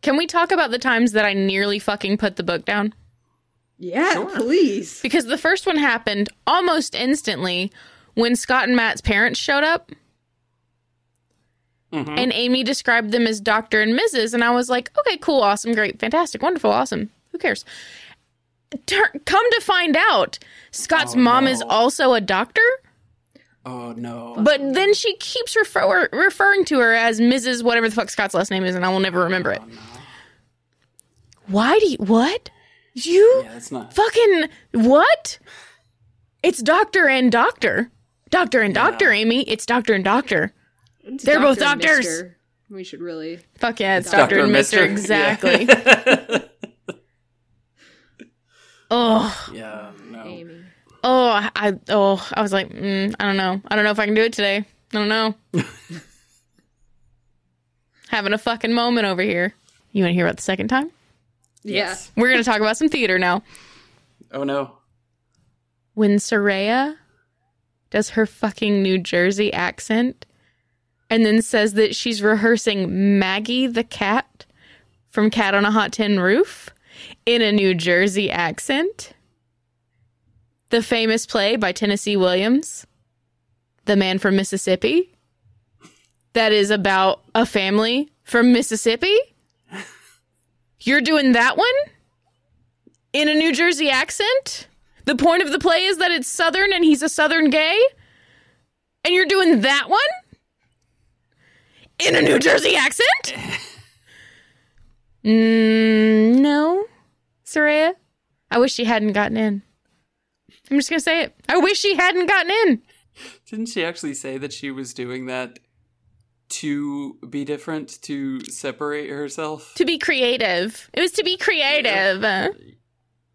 [SPEAKER 2] Can we talk about the times that I nearly fucking put the book down?
[SPEAKER 3] Yeah,
[SPEAKER 1] Sure.
[SPEAKER 3] please.
[SPEAKER 2] Because the first one happened almost instantly when Scott and Matt's parents showed up.
[SPEAKER 1] Mhm.
[SPEAKER 2] And Amy described them as Dr. and Mrs. And I was like, okay, cool, awesome, great, fantastic, wonderful, awesome. Who cares? Tur come to find out, Scott's
[SPEAKER 1] Oh,
[SPEAKER 2] mom
[SPEAKER 1] no.
[SPEAKER 2] is also a doctor.
[SPEAKER 1] Oh no.
[SPEAKER 2] But then she keeps refer- referring to her as Mrs. whatever the fuck Scott's last name is, and I will never remember it.
[SPEAKER 1] Oh, no.
[SPEAKER 2] Why do you. What? You
[SPEAKER 1] Yeah, it's not.
[SPEAKER 2] fucking. What? It's doctor and doctor. Doctor and doctor, Amy. It's doctor and doctor.
[SPEAKER 3] It's
[SPEAKER 2] They're both
[SPEAKER 3] Dr. and
[SPEAKER 2] doctors.
[SPEAKER 3] Mister. We should really.
[SPEAKER 2] Fuck yeah, it's
[SPEAKER 3] It's
[SPEAKER 2] doctor,
[SPEAKER 1] Dr.
[SPEAKER 2] and mister.
[SPEAKER 1] Mister.
[SPEAKER 2] Exactly.
[SPEAKER 1] Yeah.
[SPEAKER 2] oh.
[SPEAKER 1] Yeah, no.
[SPEAKER 3] Amy.
[SPEAKER 2] Oh, I- I oh, I was like, mm, I don't know. I don't know if I can do it today. I don't know. Having a fucking moment over here. You want to hear about the second time?
[SPEAKER 3] Yes.
[SPEAKER 2] We're going to talk about some theater now.
[SPEAKER 1] Oh no.
[SPEAKER 2] When Soraya does her fucking New Jersey accent and then says that she's rehearsing Maggie the cat from Cat on a Hot Tin Roof in a New Jersey accent. The famous play by Tennessee Williams, The Man from Mississippi, that is about a family from Mississippi. You're doing that one in a New Jersey accent? The point of the play is that it's Southern and he's a Southern gay? And you're doing that one? In a New Jersey accent? mm, no, Soraya. I wish she hadn't gotten in. I'm just going to say it. I wish she hadn't gotten in.
[SPEAKER 1] Didn't she actually say that she was doing that to be different, to separate herself?
[SPEAKER 2] To be creative. It was to be creative.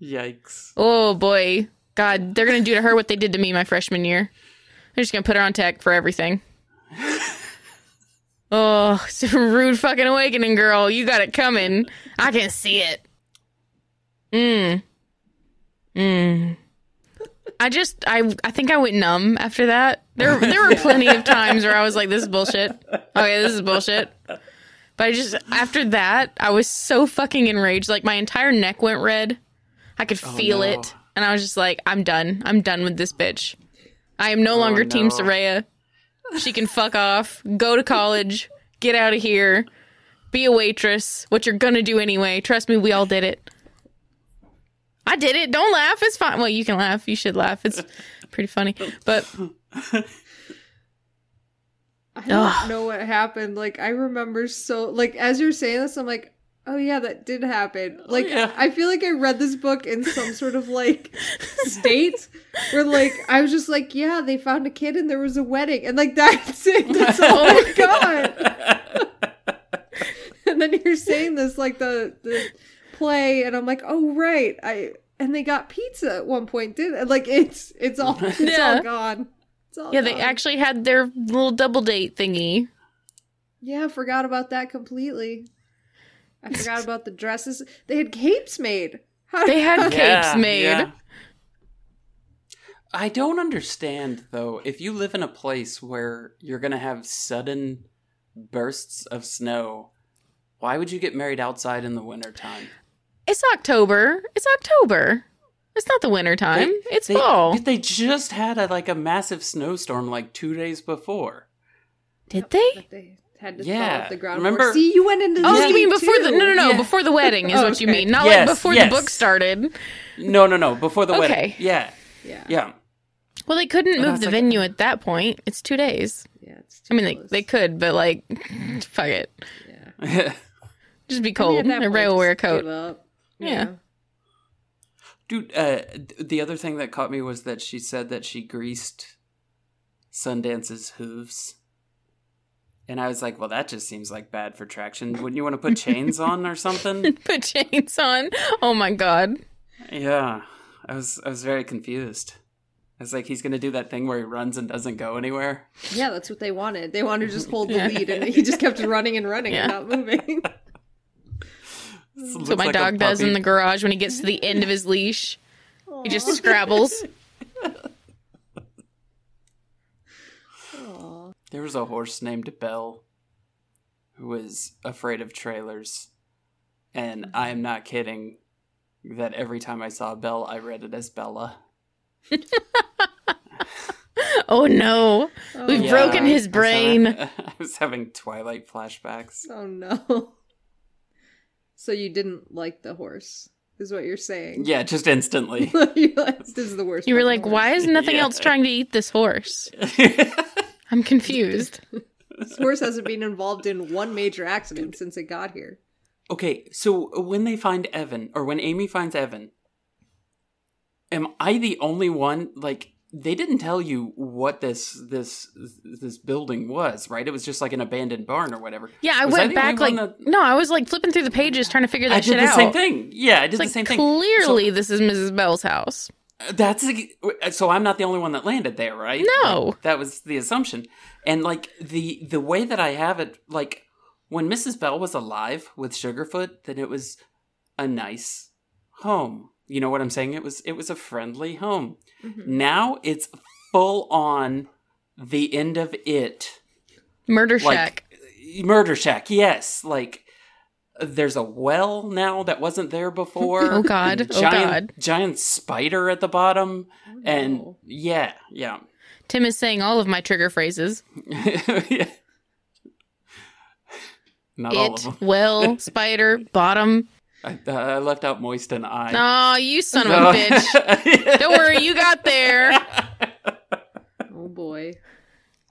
[SPEAKER 1] Yikes.
[SPEAKER 2] Oh, boy. God, they're going to do to her what they did to me my freshman year. They're just going to put her on tech for everything. Oh, it's a rude fucking awakening, girl. You got it coming. I can see it. Mm. Mm. I just I I think I went numb after that. There there were plenty of times where I was like, this is bullshit. Okay, this is bullshit. But I just after that, I was so fucking enraged. Like my entire neck went red. I could feel
[SPEAKER 1] no.
[SPEAKER 2] it. And I was just like, I'm done. I'm done with this bitch. I am no longer Team
[SPEAKER 1] Oh, no.
[SPEAKER 2] Soraya. She can fuck off, go to college, get out of here, be a waitress, what you're gonna do anyway. Trust me, we all did it. I did it. Don't laugh. It's fine. Well, you can laugh. You should laugh. It's pretty funny. But
[SPEAKER 3] I don't
[SPEAKER 2] Ugh.
[SPEAKER 3] know what happened. Like I remember so like as you're saying this, I'm like, oh yeah, that did happen. Like
[SPEAKER 1] Oh, yeah.
[SPEAKER 3] I feel like I read this book in some sort of like state where like I was just like, yeah, they found a kid and there was a wedding, and like that's it. That's all I got. And then you're saying this like the the play, and I'm like, oh right, I and they got pizza at one point, did and like it's it's all it's
[SPEAKER 2] Yeah.
[SPEAKER 3] all gone. It's all
[SPEAKER 2] yeah, they
[SPEAKER 3] gone.
[SPEAKER 2] actually had their little double date thingy.
[SPEAKER 3] Yeah, I forgot about that completely. I forgot about the dresses. They had capes made. How
[SPEAKER 2] They had
[SPEAKER 1] Yeah,
[SPEAKER 2] capes made.
[SPEAKER 1] yeah. I don't understand though. If you live in a place where you're going to have sudden bursts of snow, why would you get married outside in the wintertime?
[SPEAKER 2] It's October. It's October. It's not the winter time. it's
[SPEAKER 1] they,
[SPEAKER 2] fall.
[SPEAKER 1] They just had a, like a massive snowstorm like 2 days before.
[SPEAKER 2] Did they?
[SPEAKER 3] But they had to
[SPEAKER 1] Yeah,
[SPEAKER 3] fall off the ground.
[SPEAKER 1] remember-
[SPEAKER 3] floor. See, you went into the
[SPEAKER 2] Oh,
[SPEAKER 3] sea
[SPEAKER 2] you mean before
[SPEAKER 3] too.
[SPEAKER 2] the no no no
[SPEAKER 1] Yeah.
[SPEAKER 2] before the wedding is
[SPEAKER 3] Oh,
[SPEAKER 2] what you
[SPEAKER 3] okay.
[SPEAKER 2] mean? Not
[SPEAKER 1] Yes,
[SPEAKER 2] like before
[SPEAKER 1] yes.
[SPEAKER 2] the book started.
[SPEAKER 1] No, no, no, before the wedding.
[SPEAKER 2] Okay.
[SPEAKER 1] Yeah.
[SPEAKER 3] Yeah, yeah,
[SPEAKER 1] Yeah.
[SPEAKER 2] Well, they couldn't
[SPEAKER 1] And I
[SPEAKER 2] move
[SPEAKER 1] was
[SPEAKER 2] the
[SPEAKER 1] like-
[SPEAKER 2] venue at that point. It's two days.
[SPEAKER 3] it's
[SPEAKER 2] I
[SPEAKER 3] too
[SPEAKER 2] mean, they,
[SPEAKER 3] close.
[SPEAKER 2] they could, but like, fuck it.
[SPEAKER 3] yeah.
[SPEAKER 2] Just be
[SPEAKER 3] I mean,
[SPEAKER 2] cold.
[SPEAKER 3] at that
[SPEAKER 2] Everybody
[SPEAKER 3] point,
[SPEAKER 2] will wear a
[SPEAKER 3] just
[SPEAKER 2] coat.
[SPEAKER 3] give up.
[SPEAKER 2] Yeah.
[SPEAKER 1] Dude, uh, th- the other thing that caught me was that she said that she greased Sundance's hooves. And I was like, well, that just seems like bad for traction. Wouldn't you want to put chains on or something?
[SPEAKER 2] Put chains on. Oh my god.
[SPEAKER 1] Yeah. I was I was very confused. I was like, he's gonna do that thing where he runs and doesn't go anywhere.
[SPEAKER 3] Yeah, that's what they wanted. They wanted to just hold the
[SPEAKER 2] Yeah.
[SPEAKER 3] lead, and he just kept running and running and
[SPEAKER 2] Yeah.
[SPEAKER 3] not moving.
[SPEAKER 1] That's
[SPEAKER 2] That's what my dog does in the garage when he gets to the end of his leash. He just scrabbles.
[SPEAKER 3] Aw.
[SPEAKER 1] There was a horse named Bell who was afraid of trailers. And I am not kidding that every time I saw Bell, I read it as Bella.
[SPEAKER 2] Oh no. We've
[SPEAKER 3] Oh,
[SPEAKER 2] broken
[SPEAKER 3] my.
[SPEAKER 2] his
[SPEAKER 1] I was having-
[SPEAKER 2] brain.
[SPEAKER 1] I was having Twilight flashbacks.
[SPEAKER 3] Oh no. So you didn't like the horse? is what you're saying.
[SPEAKER 1] Yeah, just instantly.
[SPEAKER 3] you realize this is the worst.
[SPEAKER 2] You were
[SPEAKER 3] fucking
[SPEAKER 2] like,
[SPEAKER 3] horse.
[SPEAKER 2] why is nothing
[SPEAKER 1] Yeah.
[SPEAKER 2] else trying to eat this horse? I'm confused.
[SPEAKER 3] This horse hasn't been involved in one major accident since it got here.
[SPEAKER 1] okay, so when they find Evan, or when Amy finds Evan, am I the only one? Like, they didn't tell you what this this this building was, right? It was just like an abandoned barn or whatever.
[SPEAKER 2] Yeah, I
[SPEAKER 1] Was
[SPEAKER 2] went
[SPEAKER 1] the
[SPEAKER 2] back
[SPEAKER 1] only
[SPEAKER 2] like
[SPEAKER 1] one
[SPEAKER 2] no, I was like flipping through the pages trying to figure that
[SPEAKER 1] I did
[SPEAKER 2] shit
[SPEAKER 1] the
[SPEAKER 2] out.
[SPEAKER 1] same thing. Yeah, I did
[SPEAKER 2] It's like
[SPEAKER 1] the same thing.
[SPEAKER 2] clearly this is Mrs. Bell's house.
[SPEAKER 1] That's so I'm not the only one that landed there, right?
[SPEAKER 2] No.
[SPEAKER 1] Like, that was the assumption. And like the the way that I have it, like when Mrs. Bell was alive with Sugarfoot, then it was a nice home. You know what I'm saying? It was it was a friendly home.
[SPEAKER 2] Mm-hmm.
[SPEAKER 1] Now it's full on the end of it.
[SPEAKER 2] Murder
[SPEAKER 1] Like-
[SPEAKER 2] shack.
[SPEAKER 1] Murder Shack, yes. Like there's a well now that wasn't there before.
[SPEAKER 2] Oh, God.
[SPEAKER 1] And
[SPEAKER 2] Oh,
[SPEAKER 1] giant, Giant spider at the bottom. And
[SPEAKER 3] no.
[SPEAKER 1] yeah, yeah.
[SPEAKER 2] Tim is saying all of my trigger phrases.
[SPEAKER 1] Yeah. Not all of
[SPEAKER 2] It,
[SPEAKER 1] them.
[SPEAKER 2] well, spider, bottom.
[SPEAKER 1] I, uh, I left out moist and I.
[SPEAKER 2] Oh, you son of a bitch.
[SPEAKER 1] bitch.
[SPEAKER 2] Don't worry, you got there.
[SPEAKER 3] Oh boy.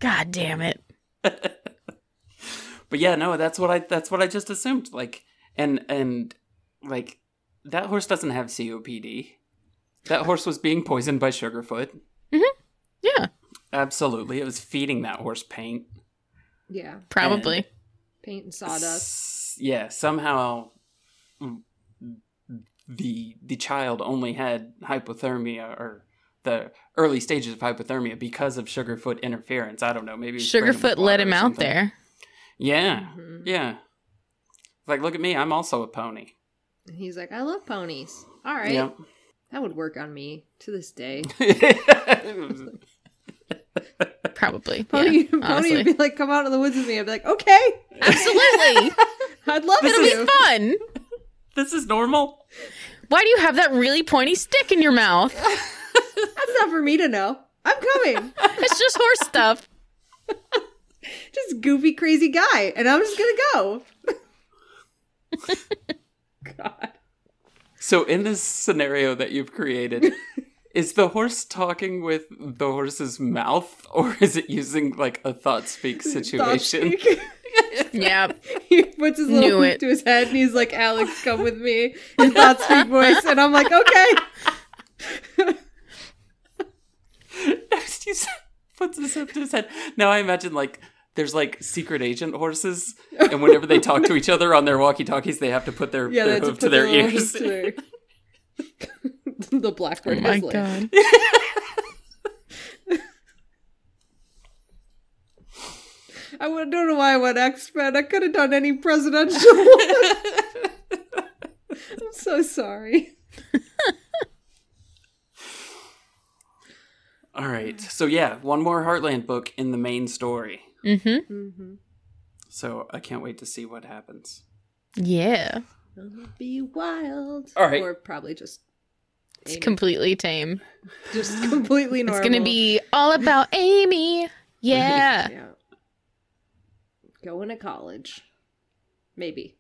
[SPEAKER 2] God damn it.
[SPEAKER 1] But yeah, no, that's what I that's what I just assumed. Like and and like that horse doesn't have COPD. That horse was being poisoned by Sugarfoot.
[SPEAKER 2] Mm-hmm. Yeah,
[SPEAKER 1] Absolutely. It was feeding that horse paint.
[SPEAKER 3] Yeah.
[SPEAKER 2] probably.
[SPEAKER 3] Paint and sawdust.
[SPEAKER 1] S- yeah, somehow mm, the the child only had hypothermia or the early stages of hypothermia because of Sugarfoot interference. I don't know. Maybe it was spraying him with
[SPEAKER 2] Sugarfoot let
[SPEAKER 1] water
[SPEAKER 2] him
[SPEAKER 1] or
[SPEAKER 2] out
[SPEAKER 1] something.
[SPEAKER 2] there.
[SPEAKER 1] Yeah.
[SPEAKER 3] Mhm.
[SPEAKER 1] Yeah. Like look at me, I'm also a pony.
[SPEAKER 3] And he's like, I love ponies. All right.
[SPEAKER 1] Yep.
[SPEAKER 3] That would work on me to this day.
[SPEAKER 2] Probably.
[SPEAKER 3] Pony,
[SPEAKER 2] yeah,
[SPEAKER 3] pony
[SPEAKER 2] honestly.
[SPEAKER 3] would be like, come out of the woods with me. I'd be like, okay,
[SPEAKER 2] Absolutely.
[SPEAKER 3] I'd love
[SPEAKER 1] This
[SPEAKER 3] it.
[SPEAKER 1] is-
[SPEAKER 3] to.
[SPEAKER 2] It'll be fun.
[SPEAKER 1] this is normal.
[SPEAKER 2] Why do you have that really pointy stick in your mouth?
[SPEAKER 3] That's not for me to know. I'm coming.
[SPEAKER 2] It's just horse stuff.
[SPEAKER 3] just goofy, crazy guy, and I'm just gonna go. God.
[SPEAKER 1] So in this scenario that you've created, is the horse talking with the horse's mouth or is it using like a thought speak situation?
[SPEAKER 3] Stop.
[SPEAKER 2] Yeah.
[SPEAKER 3] he puts his little
[SPEAKER 2] Knew
[SPEAKER 3] hoop
[SPEAKER 2] it.
[SPEAKER 3] to his head and he's like, Alex, come with me in thought speak voice. And I'm like, okay.
[SPEAKER 1] Next, he s- puts his up to his head. Now I imagine like there's like secret agent horses, and whenever they talk to each other on their walkie-talkies, they have to put their,
[SPEAKER 3] Yeah,
[SPEAKER 1] their
[SPEAKER 3] that's
[SPEAKER 1] hoof to their ears.
[SPEAKER 3] the blackbird.
[SPEAKER 2] Oh my
[SPEAKER 3] has legs.
[SPEAKER 2] god.
[SPEAKER 3] I would- don't know why I went X Men. I could have done any presidential. one. I'm so sorry.
[SPEAKER 1] All right, so yeah, one more Heartland book in the main story.
[SPEAKER 2] Mm-hmm.
[SPEAKER 1] So I can't wait to see what happens.
[SPEAKER 2] Yeah.
[SPEAKER 3] Gonna Be wild.
[SPEAKER 1] All right.
[SPEAKER 3] Or probably just
[SPEAKER 2] It's completely tame.
[SPEAKER 3] just completely normal.
[SPEAKER 2] It's gonna be uh, all about Amy. Yeah.
[SPEAKER 3] yeah. Going to college, maybe.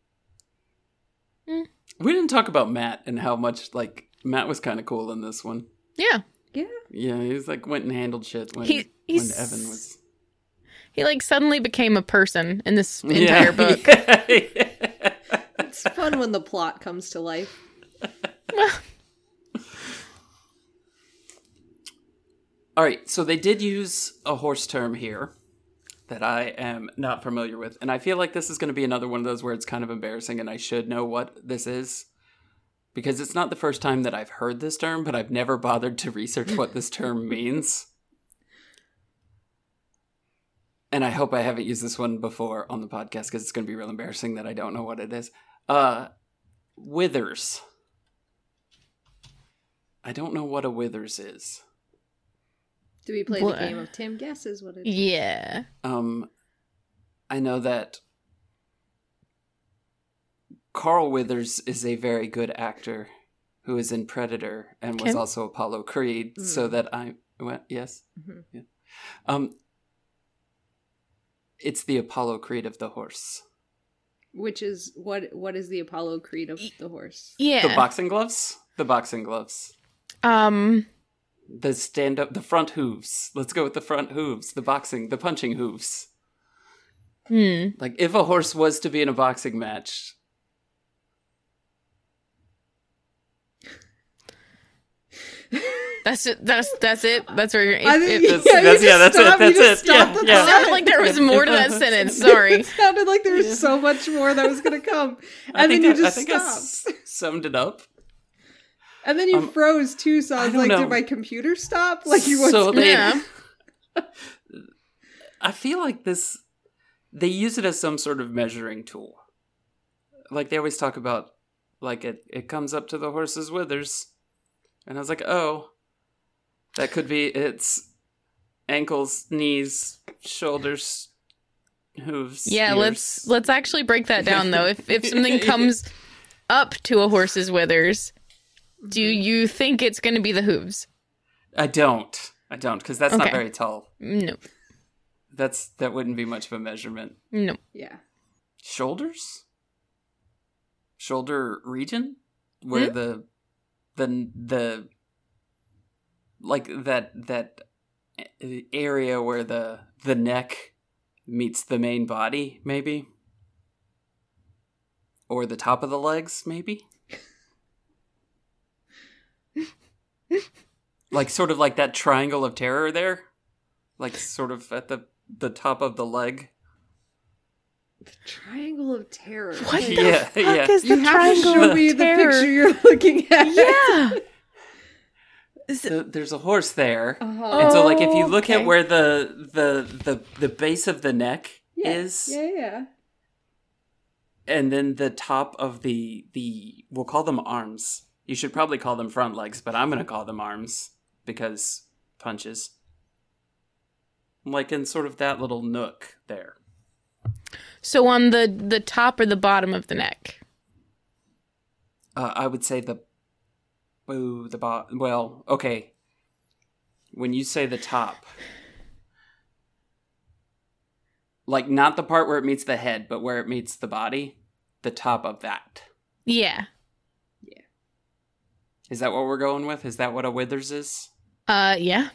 [SPEAKER 1] We didn't talk about Matt and how much like Matt was kind of cool in this one.
[SPEAKER 2] Yeah.
[SPEAKER 3] Yeah.
[SPEAKER 1] Yeah, he was like went and handled shit when
[SPEAKER 2] He-
[SPEAKER 1] when
[SPEAKER 2] he's-
[SPEAKER 1] Evan was
[SPEAKER 2] He like suddenly became a person in this entire
[SPEAKER 1] Yeah.
[SPEAKER 2] book.
[SPEAKER 3] It's fun when the plot comes to life.
[SPEAKER 1] All right, so they did use a horse term here that I am not familiar with, and I feel like this is going to be another one of those where it's kind of embarrassing, and I should know what this is because it's not the first time that I've heard this term, but I've never bothered to research what this term means. And I hope I haven't used this one before on the podcast because it's going to be real embarrassing that I don't know what it is. Uh, withers. I don't know what a withers is.
[SPEAKER 3] Do we play
[SPEAKER 2] What?
[SPEAKER 3] the game of Tim guesses what it is?
[SPEAKER 2] yeah.
[SPEAKER 1] Um, I know that Carl Withers is a very good actor who is in Predator and was
[SPEAKER 2] Okay.
[SPEAKER 1] also Apollo Creed. So
[SPEAKER 3] Mm.
[SPEAKER 1] that I went yes,
[SPEAKER 3] Mhm.
[SPEAKER 1] yeah. Um, it's the Apollo Creed of the horse.
[SPEAKER 3] which is what what is the Apollo Creed of the horse?
[SPEAKER 2] Yeah.
[SPEAKER 1] The boxing gloves? The boxing gloves.
[SPEAKER 2] um.
[SPEAKER 1] The stand up, the front hooves. Let's go with the front hooves, the boxing, the punching hooves.
[SPEAKER 2] Hmm.
[SPEAKER 1] Like, if a horse was to be in a boxing match,
[SPEAKER 2] That's it. That's that's it. That's where you're. If,
[SPEAKER 3] I think-
[SPEAKER 1] That's-
[SPEAKER 2] if-
[SPEAKER 1] that's-
[SPEAKER 3] you
[SPEAKER 1] yeah, that's
[SPEAKER 3] just
[SPEAKER 1] it, that's
[SPEAKER 3] you just
[SPEAKER 1] it, yeah,
[SPEAKER 3] stopped at
[SPEAKER 1] yeah.
[SPEAKER 2] it
[SPEAKER 3] the
[SPEAKER 2] sounded like there was more to that sentence. Sorry.
[SPEAKER 3] It sounded like there was so much more that was going to come.
[SPEAKER 1] I
[SPEAKER 3] And
[SPEAKER 1] think
[SPEAKER 3] then you
[SPEAKER 1] I-
[SPEAKER 3] just
[SPEAKER 1] I think I s-
[SPEAKER 3] stopped.
[SPEAKER 1] summed it up.
[SPEAKER 3] And then you
[SPEAKER 1] um,
[SPEAKER 3] froze too, so I
[SPEAKER 1] I
[SPEAKER 3] was
[SPEAKER 1] don't
[SPEAKER 3] like,
[SPEAKER 1] know.
[SPEAKER 3] did my computer stop? Like you went
[SPEAKER 1] So
[SPEAKER 3] through-
[SPEAKER 1] they-
[SPEAKER 2] Yeah.
[SPEAKER 1] I feel like this they use it as some sort of measuring tool. Like they always talk about like it it comes up to the horse's withers. And I was like, "Oh, that could be its ankles, knees, shoulders, hooves."
[SPEAKER 2] Yeah. Let's
[SPEAKER 1] ears."
[SPEAKER 2] let's actually break that down though. If if something comes up to a horse's withers, do you think it's going to be the hooves?
[SPEAKER 1] I don't. I don't cuz that's not
[SPEAKER 2] Okay.
[SPEAKER 1] very tall.
[SPEAKER 2] No.
[SPEAKER 1] That's that wouldn't be much of a measurement.
[SPEAKER 2] No.
[SPEAKER 3] yeah.
[SPEAKER 1] shoulders shoulder region where the the the like that that a- area where the the neck meets the main body maybe or the top of the legs maybe like sort of like that triangle of terror there like sort of at the the top of the leg
[SPEAKER 3] Triangle of Terror.
[SPEAKER 2] What the
[SPEAKER 1] Yeah,
[SPEAKER 2] fuck
[SPEAKER 1] yeah.
[SPEAKER 2] is the
[SPEAKER 3] You have to
[SPEAKER 2] triangle
[SPEAKER 3] show
[SPEAKER 2] of
[SPEAKER 3] me
[SPEAKER 2] terror?
[SPEAKER 3] the picture you're looking at.
[SPEAKER 2] Yeah.
[SPEAKER 1] Th- there's a horse there
[SPEAKER 3] Uh-huh.
[SPEAKER 1] And so like if you
[SPEAKER 2] Oh,
[SPEAKER 1] look
[SPEAKER 2] okay.
[SPEAKER 1] at where the the the the base of the neck
[SPEAKER 3] yeah.
[SPEAKER 1] is
[SPEAKER 3] Yeah, yeah.
[SPEAKER 1] and then the top of the the we'll call them arms. You should probably call them front legs, but I'm going to call them arms because punches. Like in sort of that little nook there.
[SPEAKER 2] So on the the top or the bottom of the neck.
[SPEAKER 1] Uh, I would say the oh the bo- well, okay. When you say the top like not the part where it meets the head, but where it meets the body, the top of that.
[SPEAKER 2] Yeah.
[SPEAKER 1] Is that what we're going with? Is that what a withers is?
[SPEAKER 2] Uh. Yeah.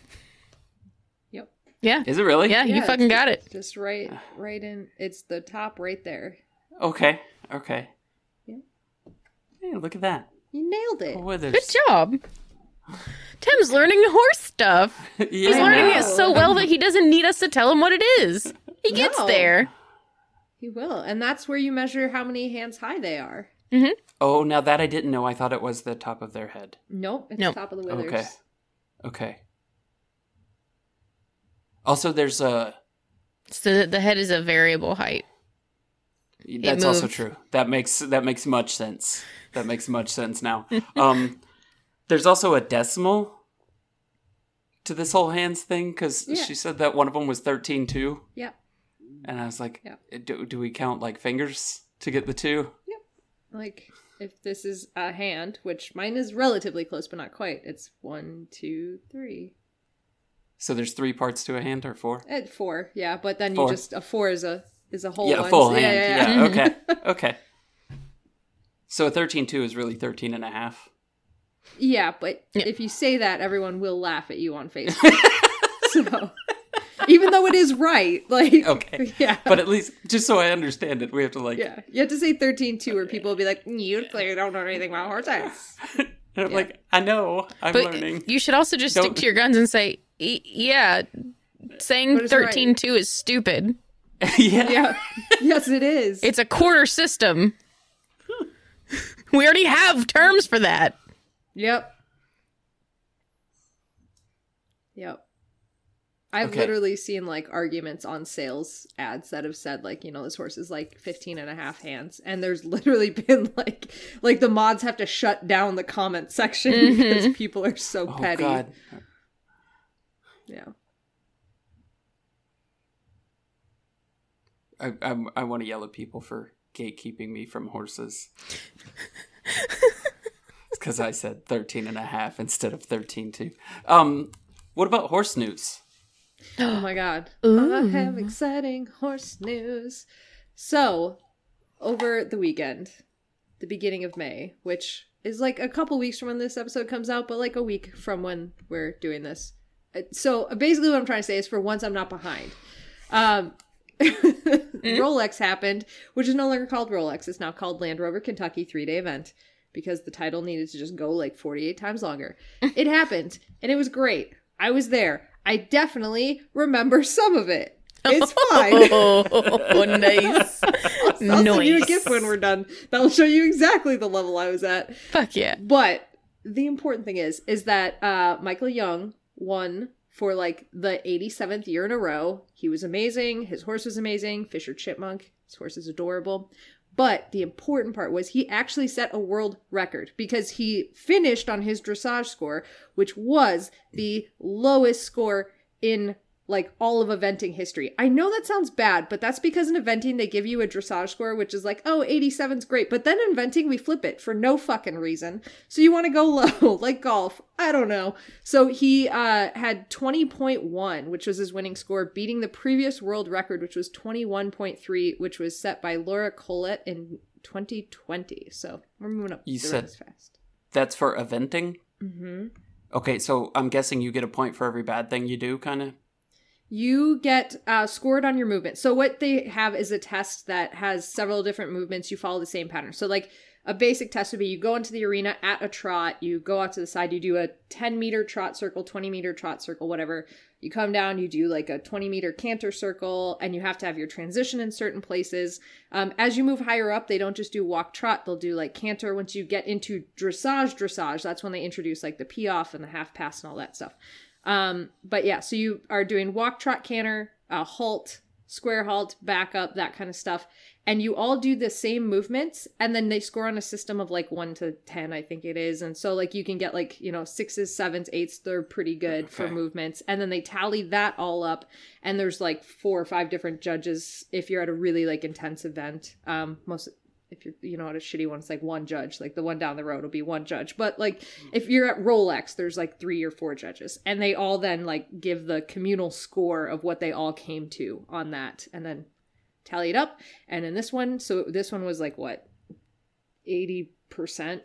[SPEAKER 3] Yep.
[SPEAKER 2] Yeah.
[SPEAKER 1] Is it really?
[SPEAKER 2] Yeah.
[SPEAKER 3] Yeah,
[SPEAKER 2] You fucking got it.
[SPEAKER 3] Just right right in it's the top right there.
[SPEAKER 1] Okay. Okay.
[SPEAKER 3] Yeah.
[SPEAKER 1] Hey, look at that.
[SPEAKER 3] You nailed
[SPEAKER 1] A
[SPEAKER 3] it.
[SPEAKER 1] withers.
[SPEAKER 2] Good job. Tim's learning horse stuff.
[SPEAKER 1] yeah.
[SPEAKER 2] He's
[SPEAKER 3] I
[SPEAKER 2] learning it
[SPEAKER 3] know.
[SPEAKER 2] so well that he doesn't need us to tell him what it is. He gets
[SPEAKER 3] No.
[SPEAKER 2] there.
[SPEAKER 3] You will. And that's where you measure how many hands high they are.
[SPEAKER 1] Oh, now that I didn't know, I thought it was the top of their head.
[SPEAKER 3] Nope, it's
[SPEAKER 2] Nope.
[SPEAKER 3] top of the withers.
[SPEAKER 1] Okay. Okay. Also, there's a
[SPEAKER 2] So that the head is a variable height.
[SPEAKER 1] That's also
[SPEAKER 2] moved.
[SPEAKER 1] true. That makes that makes much sense. That makes much sense now. Um, there's also a decimal to this whole hands thing because
[SPEAKER 3] Yeah.
[SPEAKER 1] she said that one of them was thirteen two,
[SPEAKER 3] Yep.
[SPEAKER 1] and I was like, "Eh,
[SPEAKER 3] Yeah.
[SPEAKER 1] do, do we count like fingers to get the two?
[SPEAKER 3] Like if this is a hand, which mine is relatively close but not quite, it's one, two, three.
[SPEAKER 1] So there's three parts to a hand or four?
[SPEAKER 3] At four, yeah. But then
[SPEAKER 1] Four.
[SPEAKER 3] you just a four is a is a whole
[SPEAKER 1] yeah,
[SPEAKER 3] one.
[SPEAKER 1] full
[SPEAKER 3] so-
[SPEAKER 1] hand.
[SPEAKER 3] Yeah, yeah, yeah.
[SPEAKER 1] Yeah, okay, okay. So a thirteen two is really thirteen and a half.
[SPEAKER 3] Yeah, but
[SPEAKER 2] Yeah.
[SPEAKER 3] if you say that, everyone will laugh at you on Facebook. so even though it is right, like
[SPEAKER 1] Okay.
[SPEAKER 3] yeah.
[SPEAKER 1] But at least, just so I understand it, we have to like
[SPEAKER 3] yeah, you have to say 13 2 or people will be like, "Mm, you clearly don't know anything about horses.
[SPEAKER 1] And I'm like, I know, I'm
[SPEAKER 2] But
[SPEAKER 1] learning.
[SPEAKER 2] you should also just stick
[SPEAKER 1] Don't-
[SPEAKER 2] to your guns and say, "E- yeah,
[SPEAKER 3] But
[SPEAKER 2] saying
[SPEAKER 3] it's right.
[SPEAKER 2] 13 2 is stupid.
[SPEAKER 1] yeah.
[SPEAKER 3] Yeah, yes, it is.
[SPEAKER 2] It's a quarter system. we already have terms for that.
[SPEAKER 3] yep, yep. I've
[SPEAKER 1] Okay.
[SPEAKER 3] literally seen like arguments on sales ads that have said like, you know, this horse is like 15 and a half hands. And there's literally been like, like the mods have to shut down the comment section because people are so
[SPEAKER 1] Oh
[SPEAKER 3] petty.
[SPEAKER 1] God.
[SPEAKER 3] Yeah.
[SPEAKER 1] I, I, I want to yell at people for gatekeeping me from horses. Because I said 13 and a half instead of 13 too. Um, what about horse news?
[SPEAKER 3] Oh my god. I
[SPEAKER 2] Ooh.
[SPEAKER 3] have exciting horse news. So, over the weekend, the beginning of May, which is like a couple weeks from when this episode comes out, but like a week from when we're doing this. Uh, So basically, what I'm trying to say is for once, I'm not behind. Um, Rolex happened, which is no longer called Rolex. It's now called Land Rover Kentucky three day event because the title needed to just go like 48 times longer. It happened and it was great. I was there. I definitely remember some of it. It's fine.
[SPEAKER 2] Oh, nice.
[SPEAKER 3] I'll send you a
[SPEAKER 2] Nice.
[SPEAKER 3] gift when we're done. That'll show you exactly the level I was at.
[SPEAKER 2] Fuck yeah.
[SPEAKER 3] But the important thing is, is that uh, Michael Young won for like the 87th year in a row. He was amazing. His horse was amazing. Fisher Chipmunk. His horse is adorable. But the important part was he actually set a world record because he finished on his dressage score, which was the lowest score in like all of eventing history. I know that sounds bad, but that's because in eventing they give you a dressage score, which is like, oh, 87's great. But then in eventing we flip it for no fucking reason. So you want to go low, like golf. I don't know. So he uh, had 20.1, which was his winning score, beating the previous world record, which was 21.3, which was set by Laura Collette in 2020. So we're moving up
[SPEAKER 1] You
[SPEAKER 3] the
[SPEAKER 1] said-
[SPEAKER 3] ranks fast.
[SPEAKER 1] That's for eventing.
[SPEAKER 3] hmm
[SPEAKER 1] Okay, so I'm guessing you get a point for every bad thing you do, kind of.
[SPEAKER 3] You get uh, scored on your movement. So what they have is a test that has several different movements. You follow the same pattern. So like a basic test would be you go into the arena at a trot, you go out to the side, you do a 10 meter trot circle, 20 meter trot circle, whatever. You come down, you do like a 20 meter canter circle, and you have to have your transition in certain places. Um, as you move higher up, they don't just do walk trot, they'll do like canter. Once you get into dressage, dressage, that's when they introduce like the pee off and the half pass and all that stuff. Um, but yeah, so you are doing walk, trot, canter, uh, halt, square halt, back up, that kind of stuff. And you all do the same movements, and then they score on a system of like one to 10, I think it is. And so, like, you can get like, you know, sixes, sevens, eights, they're pretty good for
[SPEAKER 1] Okay.
[SPEAKER 3] movements. And then they tally that all up, and there's like four or five different judges if you're at a really like intense event. Um, most, if you're you know at a shitty one it's like one judge like the one down the road will be one judge but like
[SPEAKER 1] Mm.
[SPEAKER 3] if you're at rolex there's like three or four judges and they all then like give the communal score of what they all came to on that and then tally it up and in this one so this one was like what 80%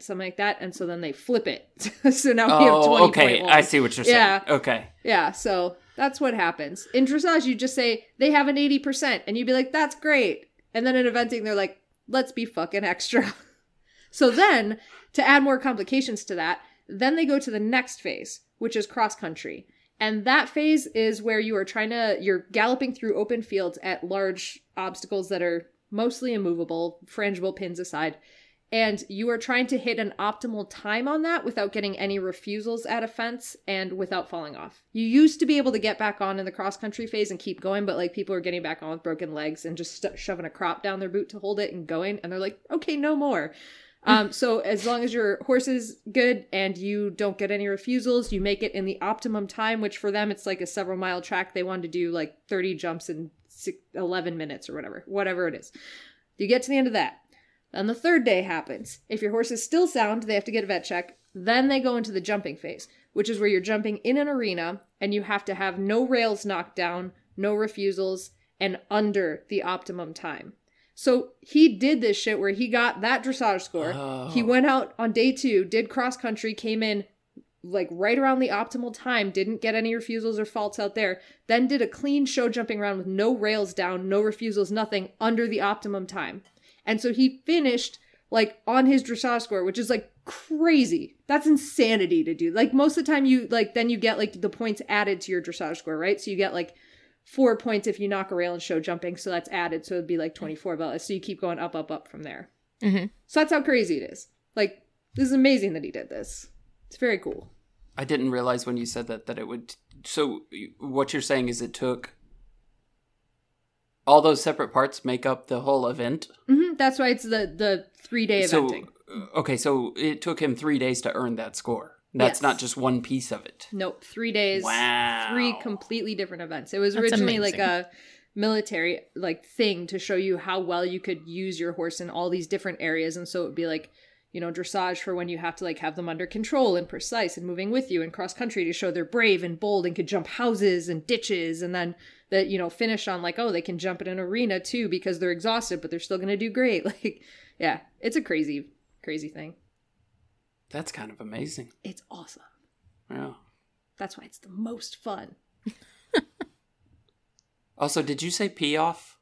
[SPEAKER 3] something like that and so then they flip it so now we have 20
[SPEAKER 1] Oh, okay. I see what you're saying.
[SPEAKER 3] Yeah.
[SPEAKER 1] Okay.
[SPEAKER 3] yeah, so that's what happens. In dressage, you just say, they have an 80%, and you'd be like, that's great. And then in eventing, they're like, let's be fucking extra. so then, to add more complications to that, then they go to the next phase, which is cross country. And that phase is where you are trying to, you're galloping through open fields at large obstacles that are mostly immovable, frangible pins aside. And you are trying to hit an optimal time on that without getting any refusals at a fence and without falling off. You used to be able to get back on in the cross country phase and keep going, but like people are getting back on with broken legs and just st- shoving a crop down their boot to hold it and going. And they're like, okay, no more. Um, so as long as your horse is good and you don't get any refusals, you make it in the optimum time, which for them it's like a several mile track. They wanted to do like 30 jumps in six, 11 minutes or whatever, whatever it is. You get to the end of that. Then the third day happens. If your horse is still sound, they have to get a vet check. Then they go into the jumping phase, which is where you're jumping in an arena and you have to have no rails knocked down, no refusals, and under the optimum time. So he did this shit where he got that dressage score. He
[SPEAKER 1] Oh.
[SPEAKER 3] went out on day two, did cross country, came in like right around the optimal time, didn't get any refusals or faults out there, then did a clean show jumping round with no rails down, no refusals, nothing under the optimum time. And so he finished like on his dressage score, which is like crazy. That's insanity to do. Like most of the time you like then you get like the points added to your dressage score, right? So you get like four points if you knock a rail and show jumping, so that's added, so it'd be like 24 but So you keep going up up up from there.
[SPEAKER 2] Mhm.
[SPEAKER 3] So that's how crazy it is. Like this is amazing that he did this. It's very cool.
[SPEAKER 1] I didn't realize when you said that that it would. So what you're saying is it took all those separate parts make up the whole event.
[SPEAKER 3] hmm That's why it's the the three day
[SPEAKER 1] so uh,
[SPEAKER 3] eventing.
[SPEAKER 1] okay, so it took him three days to earn that score. That's
[SPEAKER 3] Yes.
[SPEAKER 1] not just one piece of it.
[SPEAKER 3] Nope, three days.
[SPEAKER 1] Wow.
[SPEAKER 3] Three completely different events. It was
[SPEAKER 2] That's
[SPEAKER 3] originally like
[SPEAKER 2] amazing.
[SPEAKER 3] a military like thing to show you how well you could use your horse in all these different areas, and so it would be like you know dressage for when you have to like have them under control and precise and moving with you, and cross country to show they're brave and bold and could jump houses and ditches, and then that you know finish on like oh they can jump in an arena too because they're exhausted but they're still gonna do great like yeah it's a crazy crazy thing
[SPEAKER 1] That's kind of amazing.
[SPEAKER 3] it's awesome
[SPEAKER 1] Yeah.
[SPEAKER 3] that's why it's the most fun
[SPEAKER 1] Also, did you say pee off?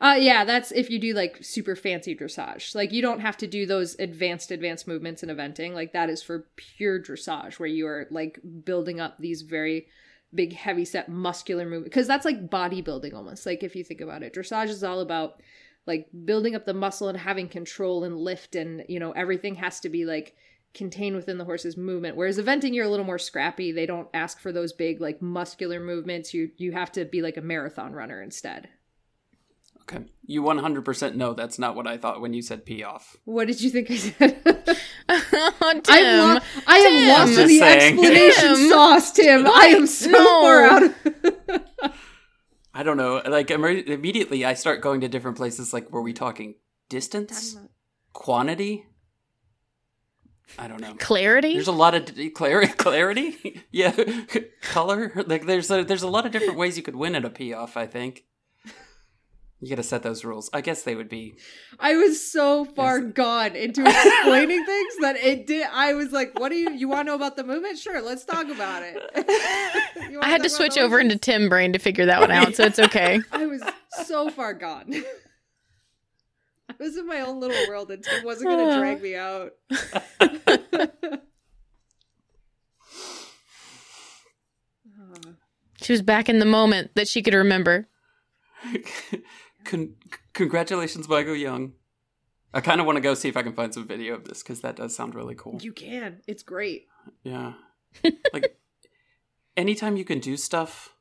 [SPEAKER 3] Uh yeah, that's if you do like super fancy dressage. Like you don't have to do those advanced advanced movements in eventing. Like that is for pure dressage where you are like building up these very big heavy set muscular movements cuz that's like bodybuilding almost. Like if you think about it, dressage is all about like building up the muscle and having control and lift and you know everything has to be like contained within the horse's movement. Whereas eventing you're a little more scrappy. They don't ask for those big like muscular movements. You you have to be like a marathon runner instead.
[SPEAKER 1] Okay. You 100% know that's not what I thought when you said pee off.
[SPEAKER 3] What did you think I said?
[SPEAKER 2] oh,
[SPEAKER 3] I
[SPEAKER 2] Tim.
[SPEAKER 3] am I am
[SPEAKER 2] Tim.
[SPEAKER 1] I'm
[SPEAKER 3] lost in
[SPEAKER 1] just
[SPEAKER 3] the
[SPEAKER 1] saying.
[SPEAKER 3] explanation
[SPEAKER 2] Tim.
[SPEAKER 3] sauce, Tim. I am so
[SPEAKER 2] No.
[SPEAKER 3] far out. Of-
[SPEAKER 1] I don't know. Like, imme- immediately I start going to different places. Like, were we talking distance? Quantity? I don't know.
[SPEAKER 2] Clarity?
[SPEAKER 1] There's a lot of d- clarity. clarity? yeah. Color? Like, there's a, there's a lot of different ways you could win at a pee off, I think. You gotta set those rules. I guess they would be.
[SPEAKER 3] I was so far gone into explaining things that it did. I was like, "What do you you want to know about the movement? Sure, let's talk about it." You wanna
[SPEAKER 2] I had to
[SPEAKER 3] talk about
[SPEAKER 2] switch
[SPEAKER 3] the
[SPEAKER 2] over
[SPEAKER 3] movement?
[SPEAKER 2] into Tim brain to figure that one out, so it's okay.
[SPEAKER 3] I was so far gone. I was in my own little world, and Tim wasn't going to
[SPEAKER 2] Aw.
[SPEAKER 3] drag me out.
[SPEAKER 2] She was back in the moment that she could remember.
[SPEAKER 1] Con- congratulations, Michael Young. I kind of want to go see if I can find some video of this because that does sound really cool.
[SPEAKER 3] You can. It's great.
[SPEAKER 1] Yeah. like anytime you can do stuff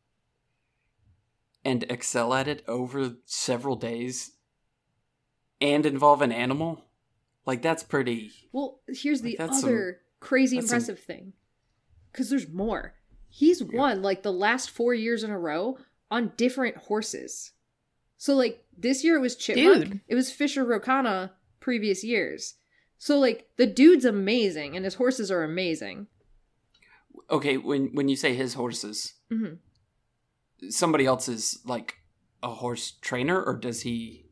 [SPEAKER 1] and excel at it over several days and involve an animal, like that's pretty
[SPEAKER 3] Well, here's the
[SPEAKER 1] Like, that's some-
[SPEAKER 3] other crazy
[SPEAKER 1] that's some-
[SPEAKER 3] impressive thing. Because there's more. He's won like the last four years in a row on different horses. So like this year it was Chipmunk.
[SPEAKER 2] Dude.
[SPEAKER 3] It was Fisher Rokana previous years. So like the dude's amazing and his horses are amazing.
[SPEAKER 1] Okay, when when you say his horses,
[SPEAKER 3] hmm
[SPEAKER 1] somebody else is like a horse trainer or does he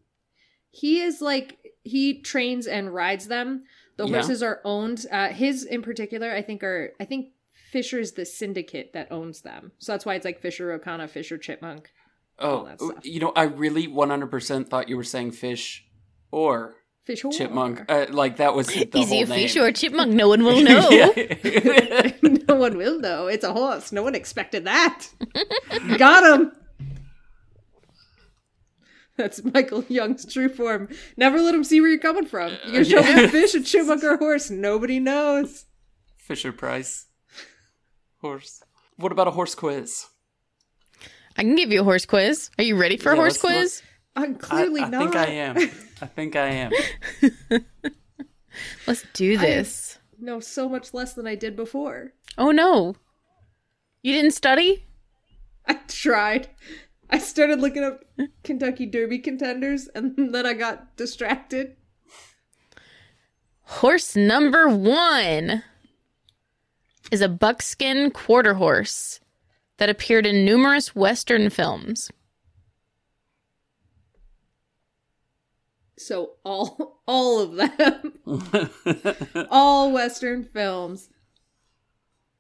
[SPEAKER 3] He is like he trains and rides them. The
[SPEAKER 1] Yeah.
[SPEAKER 3] horses are owned. Uh, his in particular, I think are I think Fisher is the syndicate that owns them. So that's why it's like Fisher Rokana, Fisher Chipmunk. all
[SPEAKER 1] Oh,
[SPEAKER 3] that stuff.
[SPEAKER 1] you know, I really 100% thought you were saying fish or
[SPEAKER 3] Fish
[SPEAKER 1] chipmunk. Uh, like that was the
[SPEAKER 2] Is he
[SPEAKER 1] whole
[SPEAKER 2] a fish
[SPEAKER 1] name.
[SPEAKER 2] or a chipmunk? No one will know.
[SPEAKER 1] Yeah.
[SPEAKER 3] no one will though. It's a horse. No one expected that. Got him. That's Michael Young's true form. Never let him see where you're coming from.
[SPEAKER 1] Uh,
[SPEAKER 3] You show me a fish, a chipmunk, or a horse. Nobody knows.
[SPEAKER 1] Fisher Price. Horse. What about a horse quiz?
[SPEAKER 2] I can give you a horse quiz. Are you ready for a
[SPEAKER 1] Yeah, let's
[SPEAKER 2] horse
[SPEAKER 1] look.
[SPEAKER 2] quiz?
[SPEAKER 3] I'm
[SPEAKER 1] I-
[SPEAKER 3] clearly
[SPEAKER 1] I,
[SPEAKER 3] not.
[SPEAKER 1] think I am. I think I am.
[SPEAKER 2] Let's do this.
[SPEAKER 3] No, so much less than I did before.
[SPEAKER 2] Oh no. You didn't study?
[SPEAKER 3] I tried. I started looking up Kentucky Derby contenders, and then I got distracted.
[SPEAKER 2] Horse number one is a buckskin quarter horse that appeared in numerous Western films.
[SPEAKER 3] So all all of them, all Western films.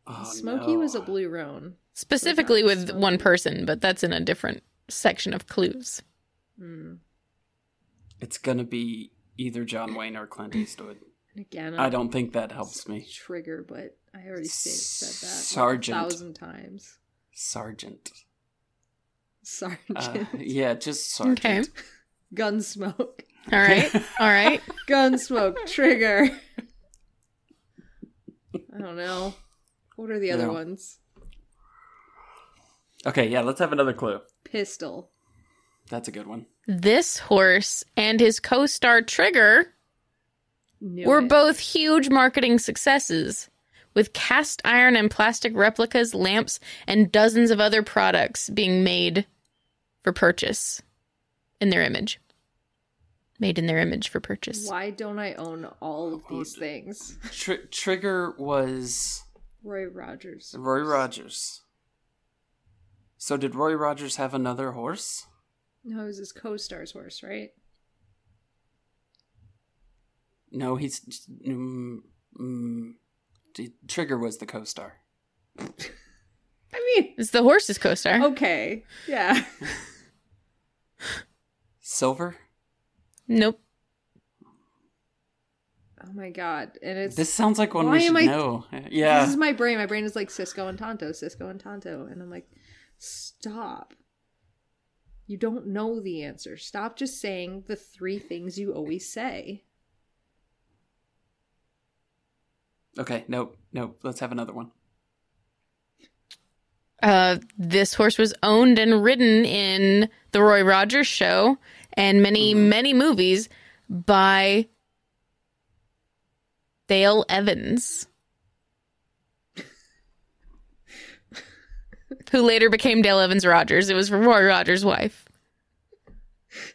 [SPEAKER 1] Oh,
[SPEAKER 3] Smokey
[SPEAKER 1] no.
[SPEAKER 3] was a blue roan.
[SPEAKER 2] specifically with one person, but that's in a different section of clues.
[SPEAKER 3] Hmm.
[SPEAKER 1] It's gonna be either John Wayne or Clint Eastwood.
[SPEAKER 3] And again,
[SPEAKER 1] I don't think that helps me.
[SPEAKER 3] trigger, but I already say, said that
[SPEAKER 1] Sergeant.
[SPEAKER 3] a thousand times.
[SPEAKER 1] Sergeant.
[SPEAKER 3] Sergeant,
[SPEAKER 1] Uh, yeah, just sergeant.
[SPEAKER 3] gunsmoke,
[SPEAKER 2] All right. All right.
[SPEAKER 3] gunsmoke, trigger. I don't know. What are the other
[SPEAKER 1] No.
[SPEAKER 3] ones?
[SPEAKER 1] Okay. yeah, let's have another clue.
[SPEAKER 3] Pistol.
[SPEAKER 1] That's a good one.
[SPEAKER 2] This horse and his co star Trigger
[SPEAKER 3] Knew
[SPEAKER 2] were
[SPEAKER 3] it.
[SPEAKER 2] both huge marketing successes with cast iron and plastic replicas, lamps, and dozens of other products being made for purchase in their image. Made in their image for purchase.
[SPEAKER 3] Why don't I own all
[SPEAKER 1] Oh,
[SPEAKER 3] of these things?
[SPEAKER 1] Tr- Trigger was
[SPEAKER 3] Roy Rogers.
[SPEAKER 1] Roy Rogers. So did Roy Rogers have another horse?
[SPEAKER 3] No, it was his co-star's horse, right?
[SPEAKER 1] No, he's mm, mm, T- Trigger was the co-star.
[SPEAKER 3] I mean,
[SPEAKER 2] It's the horse's co-star.
[SPEAKER 3] Oh. okay, yeah.
[SPEAKER 1] Silver.
[SPEAKER 2] Nope.
[SPEAKER 3] Oh my god, and it's
[SPEAKER 1] This sounds like one
[SPEAKER 3] Why
[SPEAKER 1] we should
[SPEAKER 3] am I-
[SPEAKER 1] know. Yeah.
[SPEAKER 3] This is my brain. My brain is like Cisco and Tonto, Cisco and Tonto. And I'm like, stop. You don't know the answer. Stop just saying the three things you always say.
[SPEAKER 1] Okay. Nope. Nope. Let's have another one.
[SPEAKER 2] Uh, this horse was owned and ridden in the Roy Rogers show and many,
[SPEAKER 3] Mm-hmm.
[SPEAKER 2] many movies by Dale Evans, who later became Dale Evans Rogers. It was Roy Rogers' wife.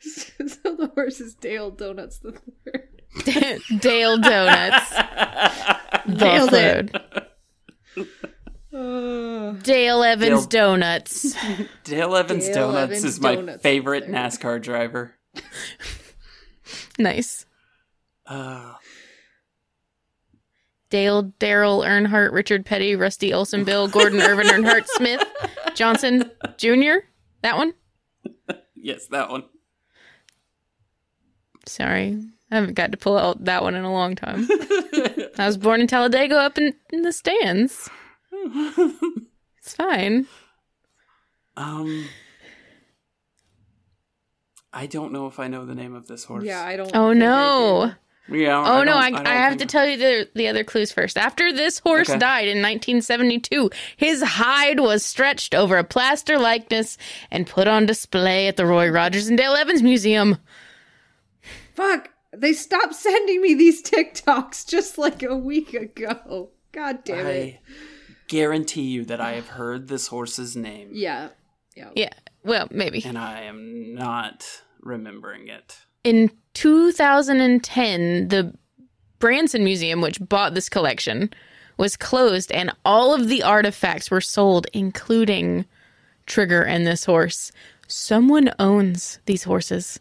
[SPEAKER 3] so the horse is Dale Donuts the third.
[SPEAKER 2] Dale Donuts. the
[SPEAKER 3] Nailed it.
[SPEAKER 2] third.
[SPEAKER 3] Oh.
[SPEAKER 2] Dale
[SPEAKER 1] Dale-
[SPEAKER 2] Evans Donuts.
[SPEAKER 1] Dale Evans
[SPEAKER 3] Dale
[SPEAKER 1] Donuts
[SPEAKER 3] Evans
[SPEAKER 1] is my
[SPEAKER 3] Donuts.
[SPEAKER 1] favorite
[SPEAKER 3] There.
[SPEAKER 1] NASCAR driver.
[SPEAKER 2] nice.
[SPEAKER 1] Uh,
[SPEAKER 2] Dale, Daryl, Earnhardt, Richard Petty, Rusty Olson, Bill, Gordon, Irvin, Earnhardt, Smith, Johnson Jr. That one?
[SPEAKER 1] yes, that one.
[SPEAKER 2] Sorry. I haven't got to pull out that one in a long time. I was born in Talladega up in, in the stands. It's fine.
[SPEAKER 1] um, I don't know if I know the name of this horse.
[SPEAKER 3] Yeah, I don't.
[SPEAKER 2] Oh
[SPEAKER 3] think I
[SPEAKER 2] no.
[SPEAKER 3] do.
[SPEAKER 1] Yeah.
[SPEAKER 2] Oh no,
[SPEAKER 1] don't-
[SPEAKER 2] I,
[SPEAKER 1] don't
[SPEAKER 2] I have to
[SPEAKER 1] think-
[SPEAKER 2] tell you the, the other clues first. After this horse
[SPEAKER 1] Okay.
[SPEAKER 2] died in 1972, his hide was stretched over a plaster likeness and put on display at the Roy Rogers and Dale Evans Museum.
[SPEAKER 3] Fuck. They stopped sending me these TikToks just like a week ago. God damn it.
[SPEAKER 1] I guarantee you that I have heard this horse's name,
[SPEAKER 3] Yeah. Yeah.
[SPEAKER 2] Yeah, well, maybe.
[SPEAKER 1] and I am not remembering it.
[SPEAKER 2] in 2010, the Branson Museum, which bought this collection, was closed and all of the artifacts were sold, including Trigger and this horse. Someone owns these horses.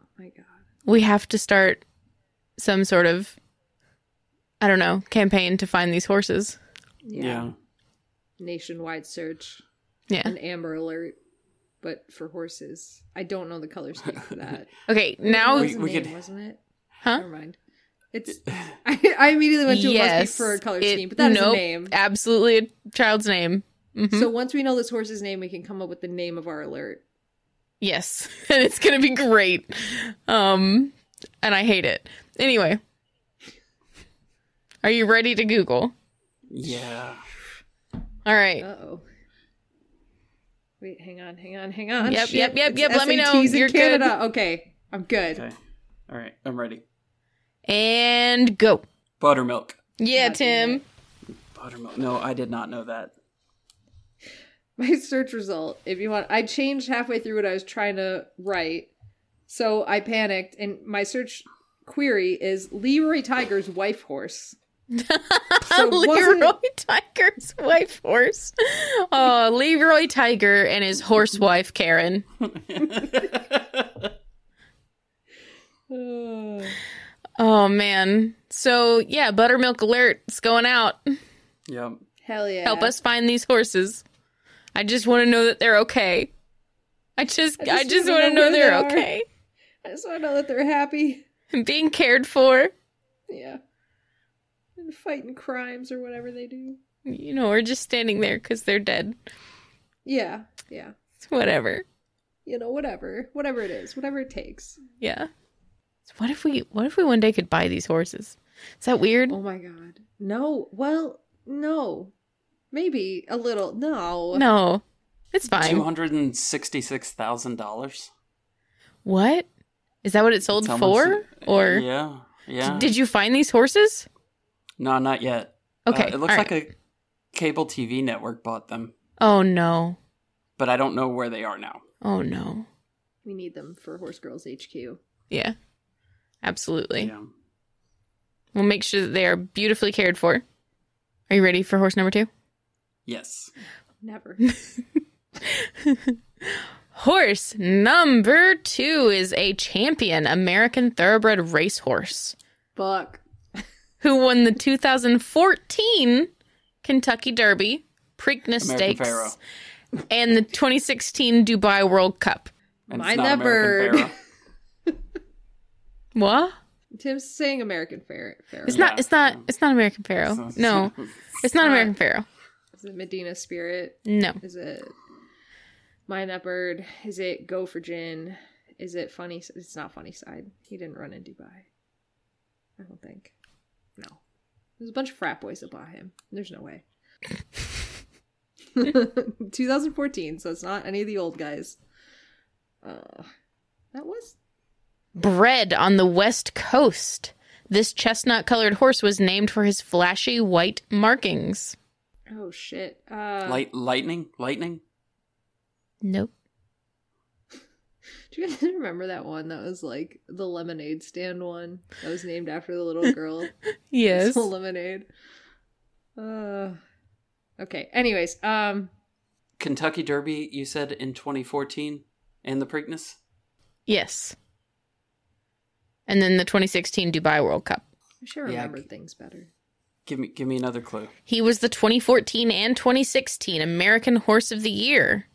[SPEAKER 3] Oh my god.
[SPEAKER 2] We have to start some sort of, I don't know, campaign to find these horses.
[SPEAKER 3] Yeah.
[SPEAKER 1] Yeah.
[SPEAKER 3] Nationwide search.
[SPEAKER 2] Yeah.
[SPEAKER 3] An Amber Alert, but for horses. I don't know the color scheme for that.
[SPEAKER 2] Okay.
[SPEAKER 3] That
[SPEAKER 2] Now,
[SPEAKER 1] We-
[SPEAKER 3] was a
[SPEAKER 1] we
[SPEAKER 3] name,
[SPEAKER 1] could-
[SPEAKER 3] wasn't it?
[SPEAKER 2] Huh?
[SPEAKER 3] Never mind. It's. I, I immediately went to it
[SPEAKER 2] yes.
[SPEAKER 3] must be for a color
[SPEAKER 2] it-
[SPEAKER 3] scheme, but that is
[SPEAKER 2] nope,
[SPEAKER 3] a name.
[SPEAKER 2] Absolutely a child's name. Mhm.
[SPEAKER 3] So once we know this horse's name, we can come up with the name of our alert.
[SPEAKER 2] Yes, and it's gonna be great. Um, and I hate it. Anyway, are you ready to Google?
[SPEAKER 1] Yeah.
[SPEAKER 2] All
[SPEAKER 3] Uh
[SPEAKER 2] right.
[SPEAKER 3] oh. Wait, hang on, hang on, hang on.
[SPEAKER 2] Yep,
[SPEAKER 3] Shit,
[SPEAKER 2] yep, yep,
[SPEAKER 3] it's
[SPEAKER 2] yep, let me know.
[SPEAKER 3] SATs in
[SPEAKER 2] You're good.
[SPEAKER 3] Canada. Okay, I'm good.
[SPEAKER 1] Okay. All right. I'm ready.
[SPEAKER 2] And go.
[SPEAKER 1] Buttermilk.
[SPEAKER 2] Yeah,
[SPEAKER 3] God damn
[SPEAKER 2] Tim.
[SPEAKER 1] Buttermilk. No, I did not know that.
[SPEAKER 3] My search result, if you want, I changed halfway through what I was trying to write, so I panicked, and my search query is Leroy Tiger's wife horse. so it wasn't-
[SPEAKER 2] Uh, Leroy Tiger's wife horse. Oh, Leroy Tiger and his horse wife Karen.
[SPEAKER 3] Ugh.
[SPEAKER 2] Oh man. So yeah, buttermilk alert. It's going out.
[SPEAKER 1] Yep.
[SPEAKER 3] Hell yeah!
[SPEAKER 2] Help us find these horses. I just want to know that they're okay. I just, I just, want to know,
[SPEAKER 3] where they
[SPEAKER 2] they're
[SPEAKER 3] are.
[SPEAKER 2] okay
[SPEAKER 3] I just want to know that they're happy.
[SPEAKER 2] and being cared for.
[SPEAKER 3] Yeah, and fighting crimes or whatever they do.
[SPEAKER 2] You know, we're just standing there because they're dead.
[SPEAKER 3] Yeah, yeah.
[SPEAKER 2] It's whatever.
[SPEAKER 3] You know, whatever, whatever it is, whatever it takes.
[SPEAKER 2] Yeah. So what if we, what if we one day could buy these horses? Is that weird?
[SPEAKER 3] Oh my god. No. Well, no. Maybe a little. No.
[SPEAKER 2] No, it's
[SPEAKER 1] Two
[SPEAKER 2] fine.
[SPEAKER 1] hundred and sixty-six thousand dollars.
[SPEAKER 2] What is that? What it sold
[SPEAKER 1] It's how
[SPEAKER 2] for?
[SPEAKER 1] much-
[SPEAKER 2] or
[SPEAKER 1] yeah, yeah.
[SPEAKER 2] did you find these horses?
[SPEAKER 1] no, not yet.
[SPEAKER 2] Okay,
[SPEAKER 1] Uh, it looks
[SPEAKER 2] all
[SPEAKER 1] like a cable TV network bought them,
[SPEAKER 2] Oh no.
[SPEAKER 1] but I don't know where they are now.
[SPEAKER 2] Oh no.
[SPEAKER 3] We need them for Horse Girls HQ.
[SPEAKER 2] Yeah. Absolutely.
[SPEAKER 1] Yeah.
[SPEAKER 2] We'll make sure that they are beautifully cared for. Are you ready for horse number two?
[SPEAKER 1] Yes.
[SPEAKER 3] Never.
[SPEAKER 2] Horse number two is a champion American thoroughbred racehorse
[SPEAKER 3] Fuck.
[SPEAKER 2] who won the 2014 Kentucky Derby, Preakness
[SPEAKER 1] American
[SPEAKER 2] Stakes,
[SPEAKER 1] Pharaoh.
[SPEAKER 2] and the 2016 Dubai World Cup.
[SPEAKER 1] And it's
[SPEAKER 3] Mind
[SPEAKER 1] not
[SPEAKER 3] that
[SPEAKER 1] American
[SPEAKER 3] bird.
[SPEAKER 1] Pharaoh.
[SPEAKER 2] What?
[SPEAKER 3] Tim's saying American Pharaoh. Pharaoh.
[SPEAKER 2] It's
[SPEAKER 1] Yeah.
[SPEAKER 2] not. It's not. It's not American Pharaoh.
[SPEAKER 1] It's
[SPEAKER 2] No,
[SPEAKER 1] not-
[SPEAKER 2] it's not American Pharaoh.
[SPEAKER 3] Is it Medina Spirit?
[SPEAKER 2] No.
[SPEAKER 3] Is it Mind That Bird? Is it Go for Gin? Is it Funny? S- It's not Funny Side. He didn't run in Dubai. I don't think. No. There's a bunch of frat boys that bought him. There's no way. 2014, so it's not any of the old guys. Uh, that was
[SPEAKER 2] Bred on the West Coast, this chestnut-colored horse was named for his flashy white markings.
[SPEAKER 3] oh shit. Uh,
[SPEAKER 1] Light, lightning, lightning.
[SPEAKER 2] Nope.
[SPEAKER 3] Do you guys remember that one that was like the lemonade stand one that was named after the little girl?
[SPEAKER 2] Yes.
[SPEAKER 3] Soul lemonade. Uh, okay. Anyways, um,
[SPEAKER 1] Kentucky Derby. You said in 2014, and the Preakness.
[SPEAKER 2] Yes. And then the 2016 Dubai World Cup.
[SPEAKER 3] I should
[SPEAKER 1] Yeah, I
[SPEAKER 3] remember
[SPEAKER 1] c-
[SPEAKER 3] things better.
[SPEAKER 1] Give me, give me another clue.
[SPEAKER 2] He was the 2014 and 2016 American Horse of the Year.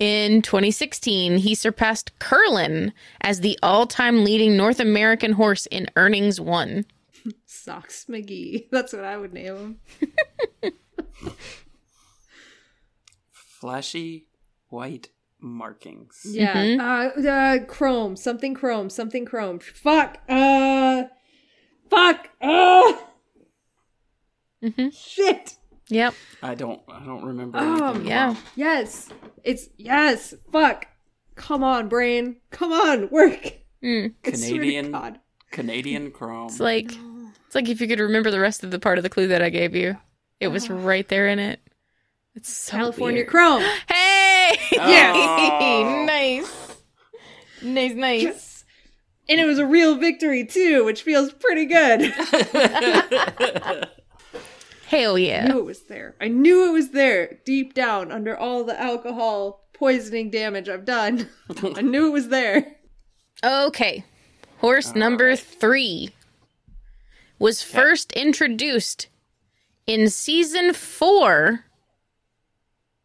[SPEAKER 2] In 2016, he surpassed Curlin as the all-time leading North American horse in earnings won.
[SPEAKER 3] Socks McGee. That's what I would name him.
[SPEAKER 1] Flashy white markings.
[SPEAKER 3] Yeah.
[SPEAKER 2] Mm-hmm.
[SPEAKER 3] Uh, uh, Chrome. Something Chrome. Something Chrome. Fuck. Uh, fuck. Uh,
[SPEAKER 2] Mhm.
[SPEAKER 3] shit.
[SPEAKER 2] Yep.
[SPEAKER 1] I don't, I don't remember.
[SPEAKER 3] Oh,
[SPEAKER 1] anything.
[SPEAKER 2] Yeah.
[SPEAKER 3] Yes. It's yes. Fuck. Come on, brain. Come on, work.
[SPEAKER 2] Mm.
[SPEAKER 3] I swear to
[SPEAKER 1] Canadian.
[SPEAKER 3] God.
[SPEAKER 1] Canadian Chrome.
[SPEAKER 2] It's like it's like if you could remember the rest of the part of the clue that I gave you. It was right there in it. It's so
[SPEAKER 3] California
[SPEAKER 2] weird.
[SPEAKER 3] Chrome.
[SPEAKER 2] Hey!
[SPEAKER 1] Oh.
[SPEAKER 2] nice. Nice, nice.
[SPEAKER 3] Yes. And it was a real victory too, which feels pretty good.
[SPEAKER 2] Hell
[SPEAKER 3] I
[SPEAKER 2] yeah.
[SPEAKER 3] knew it was there. I knew it was there deep down under all the alcohol poisoning damage I've done. I knew it was there.
[SPEAKER 2] Okay. Horse number three was first introduced in season four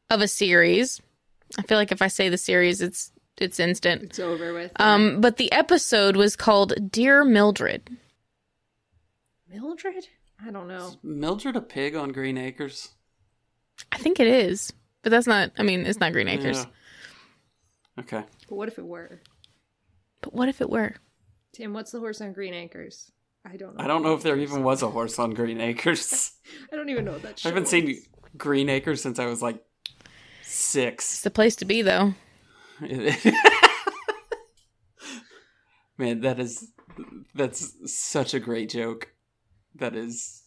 [SPEAKER 2] of a series. I feel like if I say the series, it's it's instant.
[SPEAKER 3] It's over with.
[SPEAKER 2] Um, but the episode was called Dear Mildred.
[SPEAKER 3] Mildred? I don't know.
[SPEAKER 1] Mildred a pig on Green Acres.
[SPEAKER 2] I think it is, but that's not. I mean, it's not Green Acres.
[SPEAKER 1] Yeah. Okay.
[SPEAKER 3] But what if it were?
[SPEAKER 2] But what if it were?
[SPEAKER 3] Tim, what's the horse on Green Acres? I don't know.
[SPEAKER 1] I don't know if there even was a horse on Green Acres.
[SPEAKER 3] I don't even know what that
[SPEAKER 1] I
[SPEAKER 3] show
[SPEAKER 1] haven't
[SPEAKER 3] was.
[SPEAKER 1] seen Green Acres since I was like
[SPEAKER 2] It's
[SPEAKER 1] six.
[SPEAKER 2] the place to be, though.
[SPEAKER 1] Man, that is that's such a great joke. That is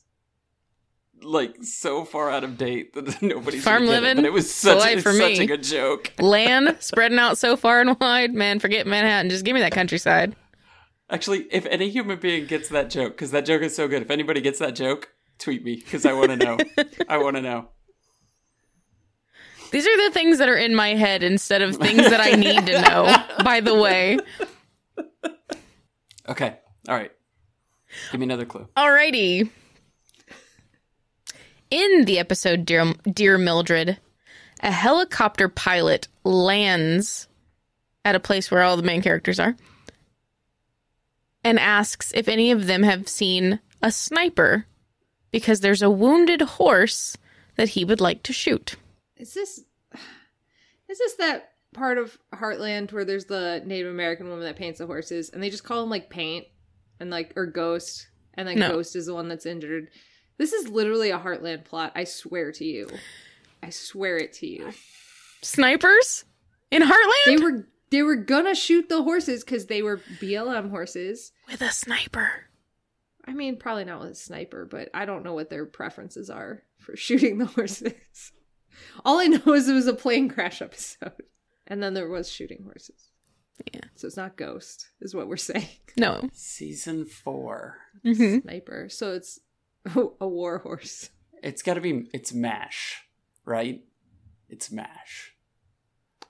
[SPEAKER 1] like so far out of date that nobody's gonna
[SPEAKER 2] Farm
[SPEAKER 1] get it,
[SPEAKER 2] living?
[SPEAKER 1] but it was
[SPEAKER 2] The
[SPEAKER 1] such,
[SPEAKER 2] life
[SPEAKER 1] it's
[SPEAKER 2] for
[SPEAKER 1] such
[SPEAKER 2] me.
[SPEAKER 1] a good joke.
[SPEAKER 2] Land spreading out so far and wide, man. Forget Manhattan. Just give me that countryside.
[SPEAKER 1] Actually, if any human being gets that joke, because that joke is so good, if anybody gets that joke, tweet me because I want to know. I want to know.
[SPEAKER 2] These are the things that are in my head instead of things that I need to know. By the way,
[SPEAKER 1] Okay, all right. Give me another clue.
[SPEAKER 2] alrighty. In the episode Dear, Dear Mildred, a helicopter pilot lands at a place where all the main characters are and asks if any of them have seen a sniper because there's a wounded horse that he would like to shoot.
[SPEAKER 3] Is this is this that part of Heartland where there's the Native American woman that paints the horses and they just call him like paint and like or ghost and then
[SPEAKER 2] No.
[SPEAKER 3] ghost is the one that's injured. This is literally a Heartland plot, I swear to you. I swear it to you.
[SPEAKER 2] Snipers in Heartland
[SPEAKER 3] They were they were gonna shoot the horses because they were BLM horses.
[SPEAKER 2] with a sniper.
[SPEAKER 3] I mean, probably not with a sniper, but I don't know what their preferences are for shooting the horses. All I know is it was a plane crash episode, and then there was shooting horses.
[SPEAKER 2] Yeah.
[SPEAKER 3] So it's not ghost, is what we're saying.
[SPEAKER 2] No.
[SPEAKER 1] Season four.
[SPEAKER 2] Mhm.
[SPEAKER 3] Sniper. So it's a, a war horse.
[SPEAKER 1] It's got to be. It's Mash, right? It's Mash.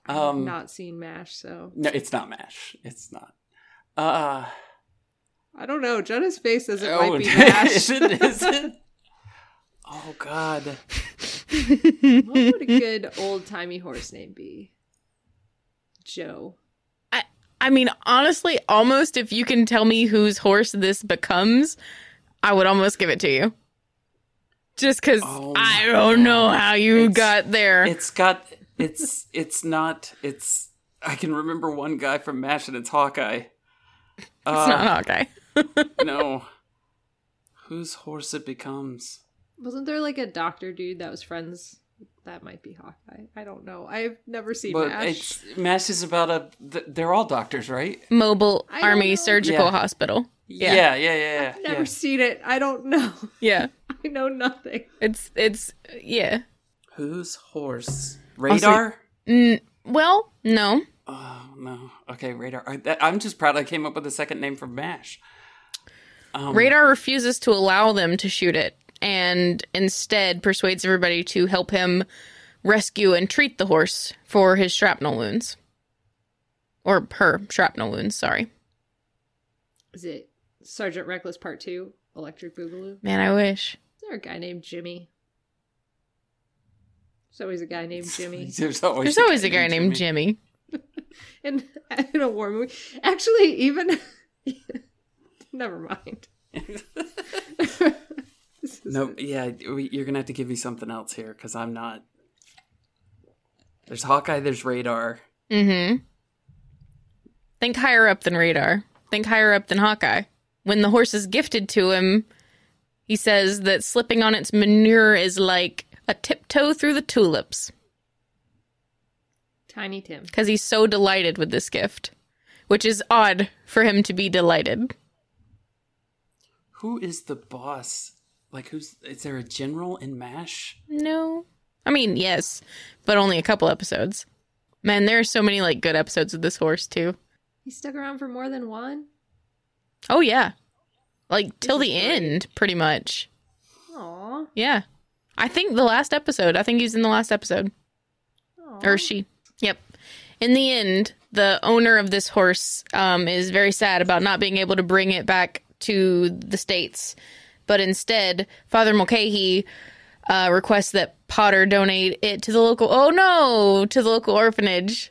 [SPEAKER 3] I've
[SPEAKER 1] Um,
[SPEAKER 3] not seen MASH, so
[SPEAKER 1] No, it's not MASH. It's not. Uh,
[SPEAKER 3] I don't know. Jenna's face says it
[SPEAKER 1] oh,
[SPEAKER 3] might be MASH.
[SPEAKER 1] is it? Is it? Oh God.
[SPEAKER 3] what would a good old timey horse name be? Joe.
[SPEAKER 2] I mean, honestly, almost if you can tell me whose horse this becomes, I would almost give it to you. Just because
[SPEAKER 1] Oh
[SPEAKER 2] I
[SPEAKER 1] my
[SPEAKER 2] don't know how you
[SPEAKER 1] It's-
[SPEAKER 2] got there.
[SPEAKER 1] It's got. It's. It's not. It's. I can remember one guy from MASH, and it's Hawkeye.
[SPEAKER 2] it's not
[SPEAKER 1] uh,
[SPEAKER 2] Hawkeye.
[SPEAKER 1] no. Whose horse it becomes?
[SPEAKER 3] Wasn't there like a doctor dude that was friends? That might be Hawkeye. I don't know. I've never seen
[SPEAKER 1] But
[SPEAKER 3] MASH.
[SPEAKER 1] it's Mash is about a. th- They're all doctors, right?
[SPEAKER 2] Mobile
[SPEAKER 3] I don't know.
[SPEAKER 2] Army Surgical
[SPEAKER 1] Yeah.
[SPEAKER 2] Hospital. Yeah.
[SPEAKER 1] yeah, yeah, yeah. yeah,
[SPEAKER 3] Never
[SPEAKER 1] yeah.
[SPEAKER 3] seen it. I don't know.
[SPEAKER 2] Yeah.
[SPEAKER 3] I know nothing.
[SPEAKER 2] It's, it's, yeah.
[SPEAKER 1] Whose horse? Radar.
[SPEAKER 2] N- well, no.
[SPEAKER 1] Oh no. Okay, radar. I, that, I'm just proud I came up with a second name for Mash. Um,
[SPEAKER 2] Radar refuses to allow them to shoot it and instead persuades everybody to help him rescue and treat the horse for his shrapnel wounds. Or her shrapnel wounds, sorry.
[SPEAKER 3] Is it Sergeant Reckless Part Two? Electric Boogaloo.
[SPEAKER 2] Man, I wish.
[SPEAKER 3] Is there a guy named Jimmy? There's always a guy named Jimmy
[SPEAKER 1] There's always
[SPEAKER 2] There's always a guy named
[SPEAKER 1] Oh, Jimmy.
[SPEAKER 2] Jimmy.
[SPEAKER 3] in in a war movie. Actually, even never mind. This is-
[SPEAKER 1] No, yeah, we- you're gonna have to give me something else here because I'm not. There's Hawkeye. There's radar.
[SPEAKER 2] Mm hmm. Think higher up than Radar. Think higher up than Hawkeye. When the horse is gifted to him, he says that slipping on its manure is like a tiptoe through the tulips.
[SPEAKER 3] Tiny Tim.
[SPEAKER 2] because he's so delighted with this gift, which is odd for him to be delighted.
[SPEAKER 1] Who is the boss? Like, who's? Is there a general in Mash?
[SPEAKER 2] No. I mean, yes, but only a couple episodes. Man, there are so many like good episodes of this horse too.
[SPEAKER 3] He stuck around for more than one.
[SPEAKER 2] Oh yeah. Like till
[SPEAKER 3] is
[SPEAKER 2] the
[SPEAKER 3] great.
[SPEAKER 2] end pretty much.
[SPEAKER 3] Aw.
[SPEAKER 2] Yeah. I think the last episode, I think he's in the last episode or she. Yep. In the end, the owner of this horse um, is very sad about not being able to bring it back to the states, but instead, Father Mulcahy uh, requests that Potter donate it to the local. Oh no, to the local orphanage.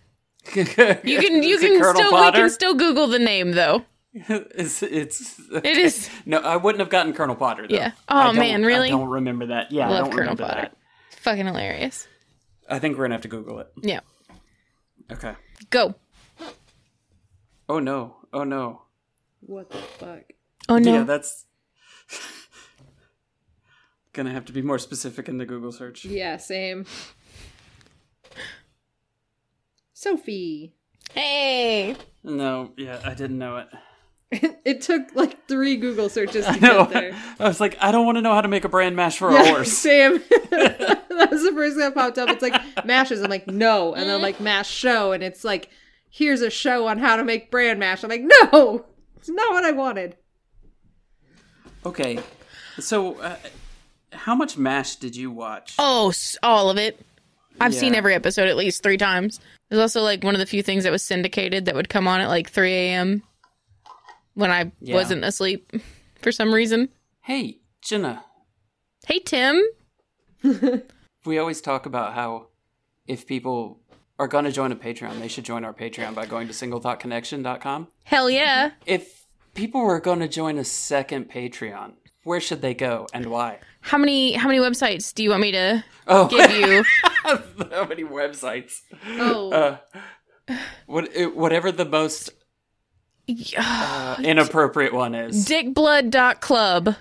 [SPEAKER 1] you
[SPEAKER 2] You can you can still we can still Google the name though.
[SPEAKER 1] it's, it's
[SPEAKER 2] It is
[SPEAKER 1] no, I wouldn't have gotten Colonel Potter. Though.
[SPEAKER 2] Yeah.
[SPEAKER 1] I
[SPEAKER 2] Oh,
[SPEAKER 1] don't-
[SPEAKER 2] man, really?
[SPEAKER 1] I don't remember that. Yeah, I
[SPEAKER 2] Love
[SPEAKER 1] don't
[SPEAKER 2] Colonel
[SPEAKER 1] remember
[SPEAKER 2] Potter.
[SPEAKER 1] that.
[SPEAKER 2] fucking hilarious.
[SPEAKER 1] I think we're gonna have to Google it.
[SPEAKER 2] Yeah,
[SPEAKER 1] Okay.
[SPEAKER 2] go.
[SPEAKER 1] Oh no. Oh no.
[SPEAKER 3] What the fuck?
[SPEAKER 2] Oh no,
[SPEAKER 1] Yeah, that's gonna have to be more specific in the Google search.
[SPEAKER 3] Yeah, same. Sophie.
[SPEAKER 2] hey,
[SPEAKER 1] No, yeah, I didn't know it.
[SPEAKER 3] It took like three Google searches to
[SPEAKER 1] No,
[SPEAKER 3] get there.
[SPEAKER 1] I was like, I don't want to know how to make a brand mash for a horse.
[SPEAKER 3] Sam. that was the first thing that popped up. It's like mashes. I'm like, no. And then like mash show. And it's like, here's a show on how to make brand mash. I'm like, no. It's not what I wanted.
[SPEAKER 1] Okay, so uh, how much mash did you watch?
[SPEAKER 2] Oh, s- all of it. I've
[SPEAKER 1] Yeah.
[SPEAKER 2] seen every episode at least three times. It was also like one of the few things that was syndicated that would come on at like 3 a.m. when I
[SPEAKER 1] Yeah.
[SPEAKER 2] wasn't asleep for some reason.
[SPEAKER 1] Hey, Jenna,
[SPEAKER 2] Hey, Tim.
[SPEAKER 1] we always talk about how if people are going to join a Patreon, they should join our Patreon by going to single.connection.com.
[SPEAKER 2] Hell yeah.
[SPEAKER 1] Mm-hmm. If people were going to join a second Patreon, where should they go and why?
[SPEAKER 2] How many how many websites do you want me to
[SPEAKER 1] Oh,
[SPEAKER 2] give you?
[SPEAKER 1] how many websites?
[SPEAKER 3] Oh.
[SPEAKER 1] Uh, what, it- whatever the most
[SPEAKER 2] Yeah.
[SPEAKER 1] uh, inappropriate one is.
[SPEAKER 2] Dickblood.club.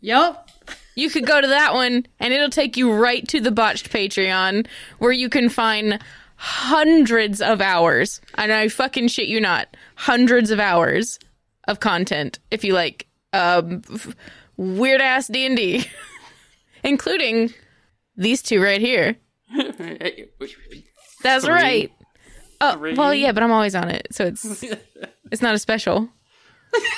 [SPEAKER 3] Yup.
[SPEAKER 2] You could go to that one and it'll take you right to the botched Patreon where you can find hundreds of hours. And I fucking shit you not. Hundreds of hours of content if you like um weird ass D&D including these two right here. That's
[SPEAKER 1] Three.
[SPEAKER 2] right. Oh,
[SPEAKER 1] Three.
[SPEAKER 2] well yeah, but I'm always on it. So it's it's not a special.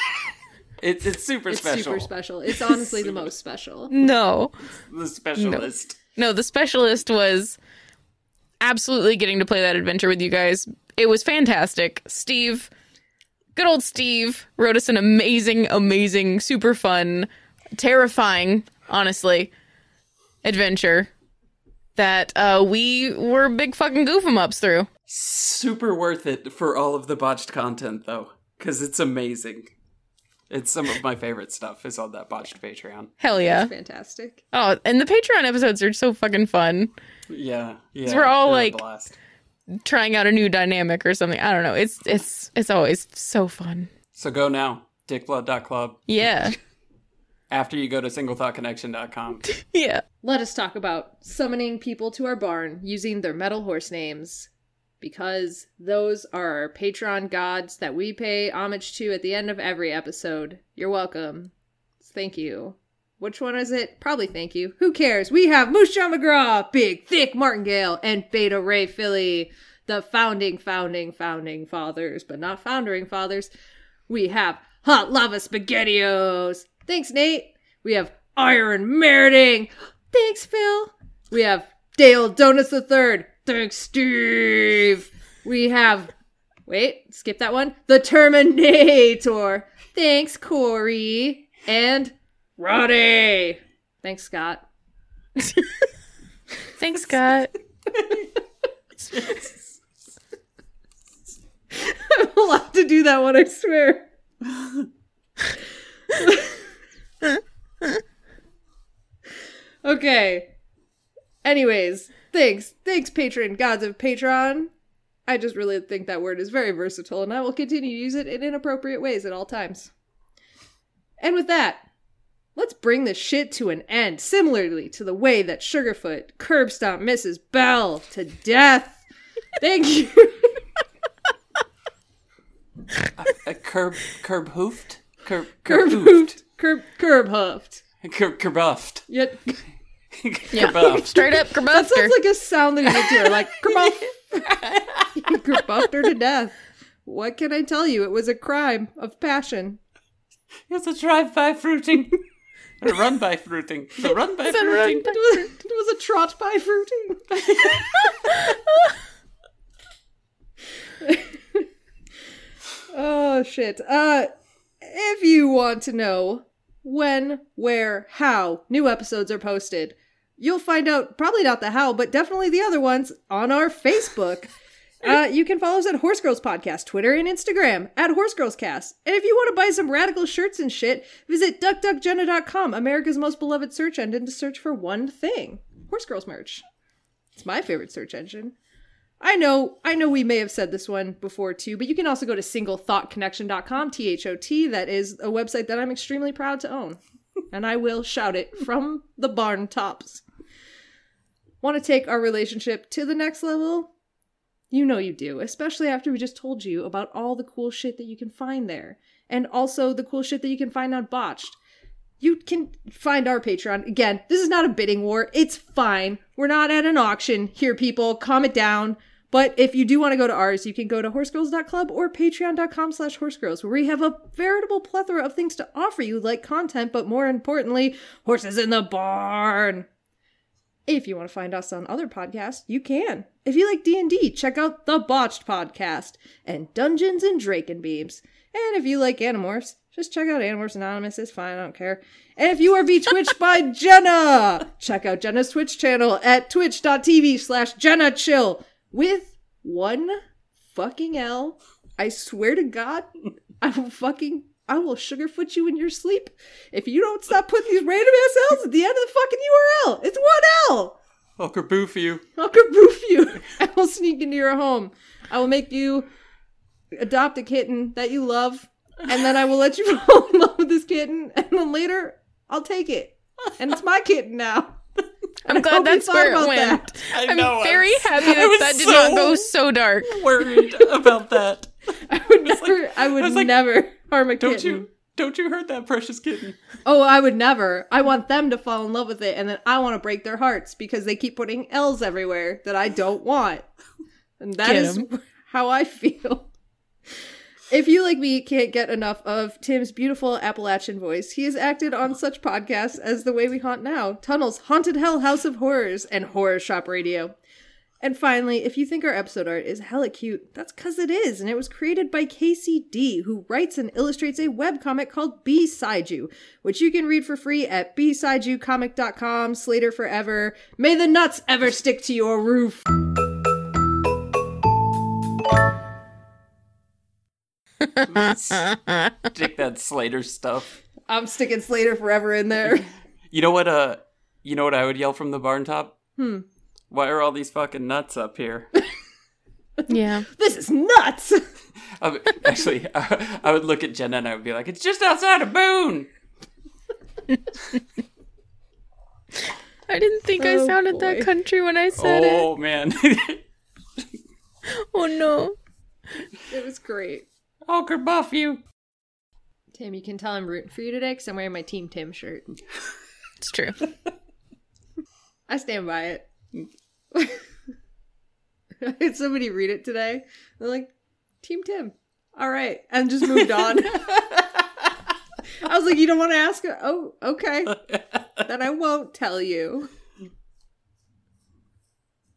[SPEAKER 1] It's, it's super
[SPEAKER 3] It's
[SPEAKER 1] special.
[SPEAKER 3] super special. It's honestly the most special.
[SPEAKER 2] No.
[SPEAKER 1] The specialist.
[SPEAKER 2] No, the specialist was absolutely getting to play that adventure with you guys. It was fantastic. Steve, good old Steve, wrote us an amazing, amazing, super fun, terrifying, honestly, adventure that uh, we were big fucking goof 'em ups through.
[SPEAKER 1] Super worth it for all of the botched content though, because it's amazing. It's some of my favorite stuff is on that botched Patreon.
[SPEAKER 2] Hell yeah.
[SPEAKER 3] Fantastic.
[SPEAKER 2] Oh, and the Patreon episodes are so fucking fun.
[SPEAKER 1] Yeah, yeah.
[SPEAKER 2] we're all,
[SPEAKER 1] they're a
[SPEAKER 2] like-
[SPEAKER 1] blast.
[SPEAKER 2] Trying out a new dynamic or something. I don't know. It's it's it's always so fun.
[SPEAKER 1] So go now, dickblood.club.
[SPEAKER 2] Yeah.
[SPEAKER 1] After you go to singlethoughtconnection.com.
[SPEAKER 2] Yeah.
[SPEAKER 3] Let us talk about summoning people to our barn using their metal horse names because those are our Patreon gods that we pay homage to at the end of every episode. You're welcome. Thank you. Which one is it? Probably thank you. Who cares? We have Moose Jaw McGraw, Big Thick Martingale, and Beta Ray Philly, the founding, founding, founding fathers, but not foundering fathers. We have Hot Lava Spaghettios. Thanks, Nate. We have Iron Meriting. Thanks, Phil. We have Dale Donuts the Third. Thanks, Steve. We have wait, skip that one. The Terminator. Thanks, Corey. And Roddy. Thanks, Scott.
[SPEAKER 2] Thanks, Scott.
[SPEAKER 3] I will have to do that one, I swear. okay. Anyways, thanks. Thanks, patron, gods of Patreon. I just really think that word is very versatile, and I will continue to use it in inappropriate ways at all times. And with that, let's bring this shit to an end, similarly to the way that Sugarfoot curb stomped Mrs. Bell to death. Thank you.
[SPEAKER 1] A Uh, curb curb hoofed? Curb
[SPEAKER 3] curb hoofed, curb curb hoofed.
[SPEAKER 1] Curb curbuffed.
[SPEAKER 3] Yet
[SPEAKER 2] Yeah.
[SPEAKER 1] Curbuffed.
[SPEAKER 2] Straight up
[SPEAKER 3] that
[SPEAKER 2] kerbuster.
[SPEAKER 3] sounds like a sound that you would hear, like kerbuff. you kerbuffed her to death. What can I tell you? It was a crime of passion.
[SPEAKER 1] It's a drive by fruiting. Or run by fruiting. The run by fruiting.
[SPEAKER 3] It was, it was a trot by fruiting. oh shit. Uh if you want to know when, where, how new episodes are posted, you'll find out probably not the how, but definitely the other ones on our Facebook. Uh, you can follow us at Horse Girls Podcast, Twitter, and Instagram at Horse Girls Cast. And if you want to buy some radical shirts and shit, visit duckduckjenna.com, America's most beloved search engine, to search for one thing Horse Girls merch. It's my favorite search engine. I know, I know we may have said this one before too, but you can also go to singlethoughtconnection.com, T H O T. That is a website that I'm extremely proud to own. and I will shout it from the barn tops. Want to take our relationship to the next level? You know you do, especially after we just told you about all the cool shit that you can find there. And also the cool shit that you can find on Botched. You can find our Patreon. Again, this is not a bidding war. It's fine. We're not at an auction here, people. Calm it down. But if you do want to go to ours, you can go to horsegirls.club or patreon.com slash horsegirls, where we have a veritable plethora of things to offer you, like content, but more importantly, horses in the barn. If you want to find us on other podcasts, you can. If you like D&D, check out the Botched podcast and Dungeons and Drakenbeams. And if you like Animorphs, just check out Animorphs Anonymous. It's fine. I don't care. And if you are betwitched by Jenna, check out Jenna's Twitch channel at twitch.tv slash Jenna Chill with one fucking L. I swear to God, I will fucking, I will sugarfoot you in your sleep if you don't stop putting these random ass L's at the end of the fucking URL. It's one L.
[SPEAKER 1] I'll kerboof you.
[SPEAKER 3] I'll kaboof you. I will sneak into your home. I will make you adopt a kitten that you love, and then I will let you fall in love with this kitten, and then later I'll take it, and it's my kitten now.
[SPEAKER 2] I'm
[SPEAKER 3] hope you
[SPEAKER 2] glad that's
[SPEAKER 3] thought
[SPEAKER 2] where it
[SPEAKER 3] about
[SPEAKER 2] went.
[SPEAKER 3] that.
[SPEAKER 1] I
[SPEAKER 2] I'm
[SPEAKER 1] know, I
[SPEAKER 2] very
[SPEAKER 1] was-
[SPEAKER 2] happy
[SPEAKER 1] I
[SPEAKER 2] that
[SPEAKER 1] was
[SPEAKER 2] that did
[SPEAKER 1] so-
[SPEAKER 2] not go so dark.
[SPEAKER 1] Worried about that.
[SPEAKER 3] I would never. I would
[SPEAKER 1] I was like,
[SPEAKER 3] never harm a
[SPEAKER 1] Don't
[SPEAKER 3] kitten.
[SPEAKER 1] you don't you hurt that precious kitten.
[SPEAKER 3] Oh, I would never. I want them to fall in love with it, and then I want to break their hearts because they keep putting L's everywhere that I don't want. And that
[SPEAKER 2] Get
[SPEAKER 3] is
[SPEAKER 2] 'em.
[SPEAKER 3] how I feel. If you, like me, can't get enough of Tim's beautiful Appalachian voice, he has acted on such podcasts as The Way We Haunt Now, Tunnels, Haunted Hell, House of Horrors, and Horror Shop Radio. And finally, if you think our episode art is hella cute, that's because it is, and it was created by KCD, who writes and illustrates a webcomic called Beside You, which you can read for free at besideyoucomic.com, Slater Forever. May the nuts ever stick to your roof.
[SPEAKER 1] Stick that Slater stuff.
[SPEAKER 3] I'm sticking Slater Forever in there.
[SPEAKER 1] You know what? Uh, you know what I would yell from the barn top?
[SPEAKER 3] Hmm.
[SPEAKER 1] Why are all these fucking nuts up here?
[SPEAKER 2] Yeah.
[SPEAKER 3] This is nuts!
[SPEAKER 1] I would- actually, I, I would look at Jenna and I would be like, "It's just outside of Boone."
[SPEAKER 2] I didn't think I
[SPEAKER 3] Oh,
[SPEAKER 2] sounded
[SPEAKER 3] boy.
[SPEAKER 2] that country when I said
[SPEAKER 1] Oh man.
[SPEAKER 2] it. Oh no.
[SPEAKER 3] It was great.
[SPEAKER 1] I'll kerbuff you.
[SPEAKER 3] Tim, you can tell I'm rooting for you today because I'm wearing my Team Tim shirt.
[SPEAKER 2] It's true.
[SPEAKER 3] I stand by it. I had somebody read it today. They're like, Team Tim. All right. And just moved on. I was like, you don't want to ask? Oh, okay. Then I won't tell you.